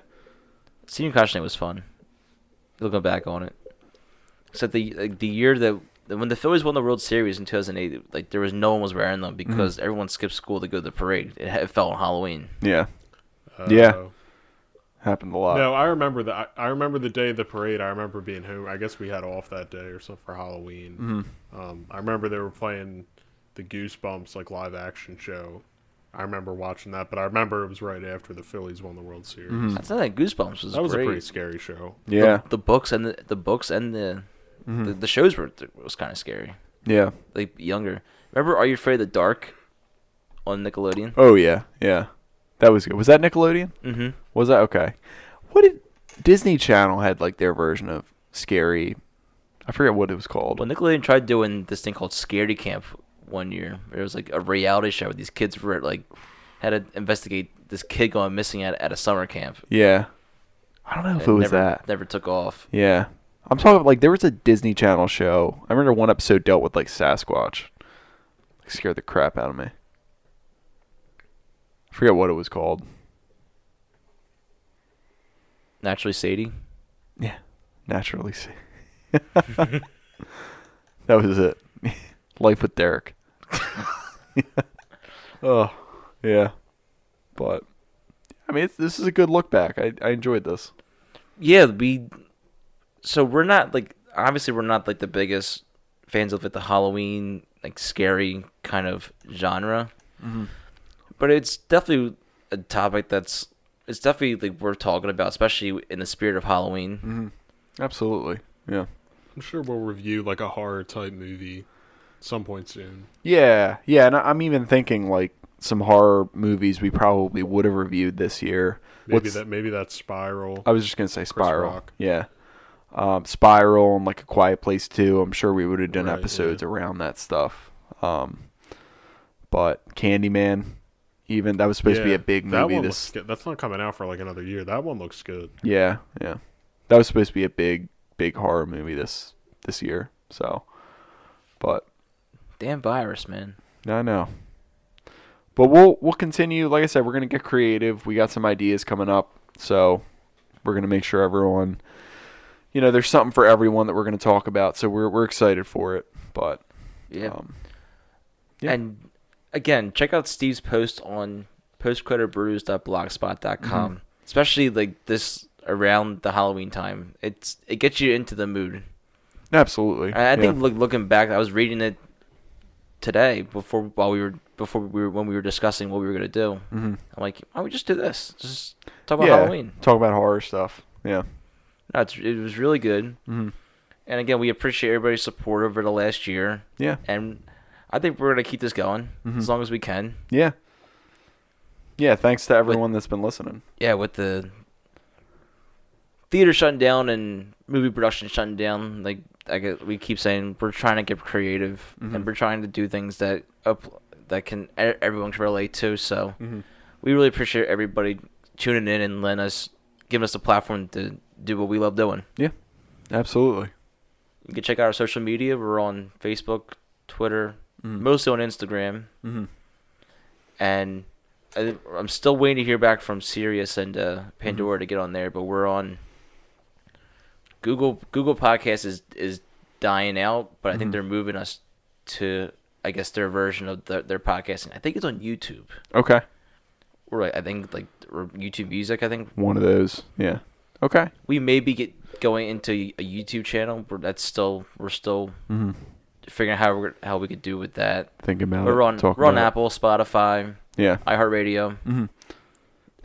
A: Senior costume day was fun. Looking back on it, except the like, the year that when the Phillies won the World Series in 2008, like there was no one was wearing
C: Mm-hmm.
A: them because everyone skipped school to go to the parade. It, had- it fell on Halloween.
C: Mm-hmm.
B: Yeah.
C: Uh,
B: Yeah. Happened a lot.
C: No, I remember that. I I remember the day of the parade. I remember being home. I guess we had off that day or something for Halloween.
B: Mm-hmm.
C: Um, I remember they were playing the Goosebumps like live action show. I remember watching that, but I remember it was right after the Phillies won the World Series.
A: That's not that Goosebumps was
C: That was
A: great.
C: a pretty scary show.
B: Mm-hmm. Yeah.
A: the, the books and the, the books and the,
C: Mm-hmm.
A: the the shows were was kind of scary.
B: yeah.
A: Like younger, remember Are You Afraid of the Dark on Nickelodeon?
B: Oh, yeah. Yeah. That was good. Was that Nickelodeon?
A: Mm-hmm.
B: Was that okay? What did Disney Channel had like their version of scary? I forget what it was called.
A: Well, Nickelodeon tried doing this thing called Scaredy Camp one year. It was like a reality show where these kids were like had to investigate this kid going missing at, at a summer camp.
B: yeah, I don't know if it was
A: never,
B: that.
A: Never took off.
B: Yeah, I'm talking about, like there was a Disney Channel show. I remember one episode dealt with like Sasquatch. Like, scared the crap out of me. I forget what it was called.
A: Naturally, Sadie.
B: Yeah, naturally. see. that was it. Life with Derek. oh, yeah. But I mean, it's, this is a good look back. I, I enjoyed this.
A: Yeah, we. So we're not like obviously we're not like the biggest fans of like the Halloween like scary kind of genre, but it's definitely a topic that's it's definitely like worth talking about, especially in the spirit of Halloween.
B: Absolutely. Yeah.
C: I'm sure we'll review like a horror type movie some point soon.
B: Yeah. Yeah. And I- I'm even thinking like some horror movies we probably would have reviewed this year.
C: Maybe that maybe that Spiral.
B: I was just gonna say Spiral.
C: Rock.
B: Yeah, um, Spiral and like A Quiet Place too. I'm sure we would have done
C: Right,
B: episodes
C: yeah.
B: around that stuff. Um, but Candyman, even that was supposed to be
C: Yeah,
B: a big
C: that
B: movie.
C: one
B: This
C: looks good. That's not coming out for like another year. That one looks good.
B: yeah, yeah, that was supposed to be a big big horror movie this this year. So, but
A: Damn virus, man.
B: I know. But we'll we'll continue. Like I said, we're gonna get creative. We got some ideas coming up, so we're gonna make sure everyone, you know, there's something for everyone that we're gonna talk about. So we're we're excited for it. But
A: Yeah.
B: um, yeah.
A: And again, check out Steve's post on postcreditbrews.blogspot.com,
B: Mm-hmm.
A: especially like this around the Halloween time. It's it gets you into the mood.
B: absolutely,
A: And I think
B: yeah.
A: look, looking back, I was reading it today before while we were before we were when we were discussing what we were gonna do. Mm-hmm. I'm like, why don't we just do this? Just talk about
B: Yeah,
A: Halloween.
B: Talk about horror stuff. Yeah,
A: No, it's, it was really good. Mm-hmm. And again, we appreciate everybody's support over the last year.
B: Yeah.
A: And I think we're gonna keep this going
B: Mm-hmm.
A: as long as we can.
B: yeah, yeah. Thanks to everyone that's been listening.
A: yeah, with the theater shutting down and movie production shutting down, like I get, we keep saying, we're trying to get creative and we're trying to do things that up that can e- everyone can relate to. So we really appreciate everybody tuning in and letting us giving us a platform to do what we love doing.
B: Yeah, absolutely.
A: You can check out our social media. We're on Facebook, Twitter, mostly on Instagram. And I, think- I'm still waiting to hear back from Sirius and uh, Pandora to get on there, but we're on Google. Google Podcast is is dying out, but I think they're moving us to, I guess, their version of the, their podcasting. I think it's on YouTube,
B: Okay,
A: or like, I think like or YouTube Music. I think
B: one of those. Yeah. Okay.
A: we may be get going into a YouTube channel, but that's still we're still
B: Mm-hmm.
A: figuring out how we how we could do with that.
B: Think about it.
A: We're on
B: Talk
A: we're on
B: about it.
A: Apple, Spotify,
B: Yeah.
A: iHeartRadio, and,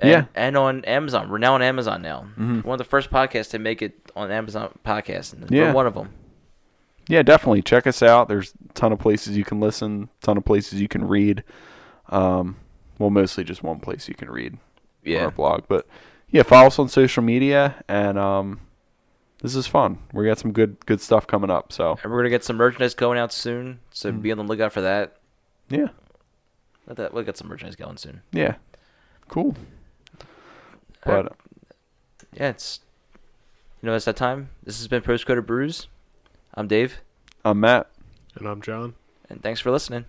B: Yeah. Mm-hmm.
A: and on Amazon. We're now on Amazon now. One of the first podcasts to make it on Amazon podcast, and
B: Yeah.
A: we're one of them.
B: yeah, definitely check us out. There's a ton of places you can listen, ton of places you can read. Um, well, mostly just one place you can read on
A: Yeah,
B: our blog, but yeah, follow us on social media, and um, this is fun. We got some good good stuff coming up. So
A: and we're gonna get some merchandise going out soon. So
B: Mm-hmm.
A: be on the lookout for that.
B: yeah,
A: Let that we'll get some merchandise going soon.
B: yeah, cool. But
A: Uh, Yeah, it's you know it's that time. This has been Postcode Brews. I'm Dave,
B: I'm uh, Matt.
C: And I'm John.
A: and thanks for listening.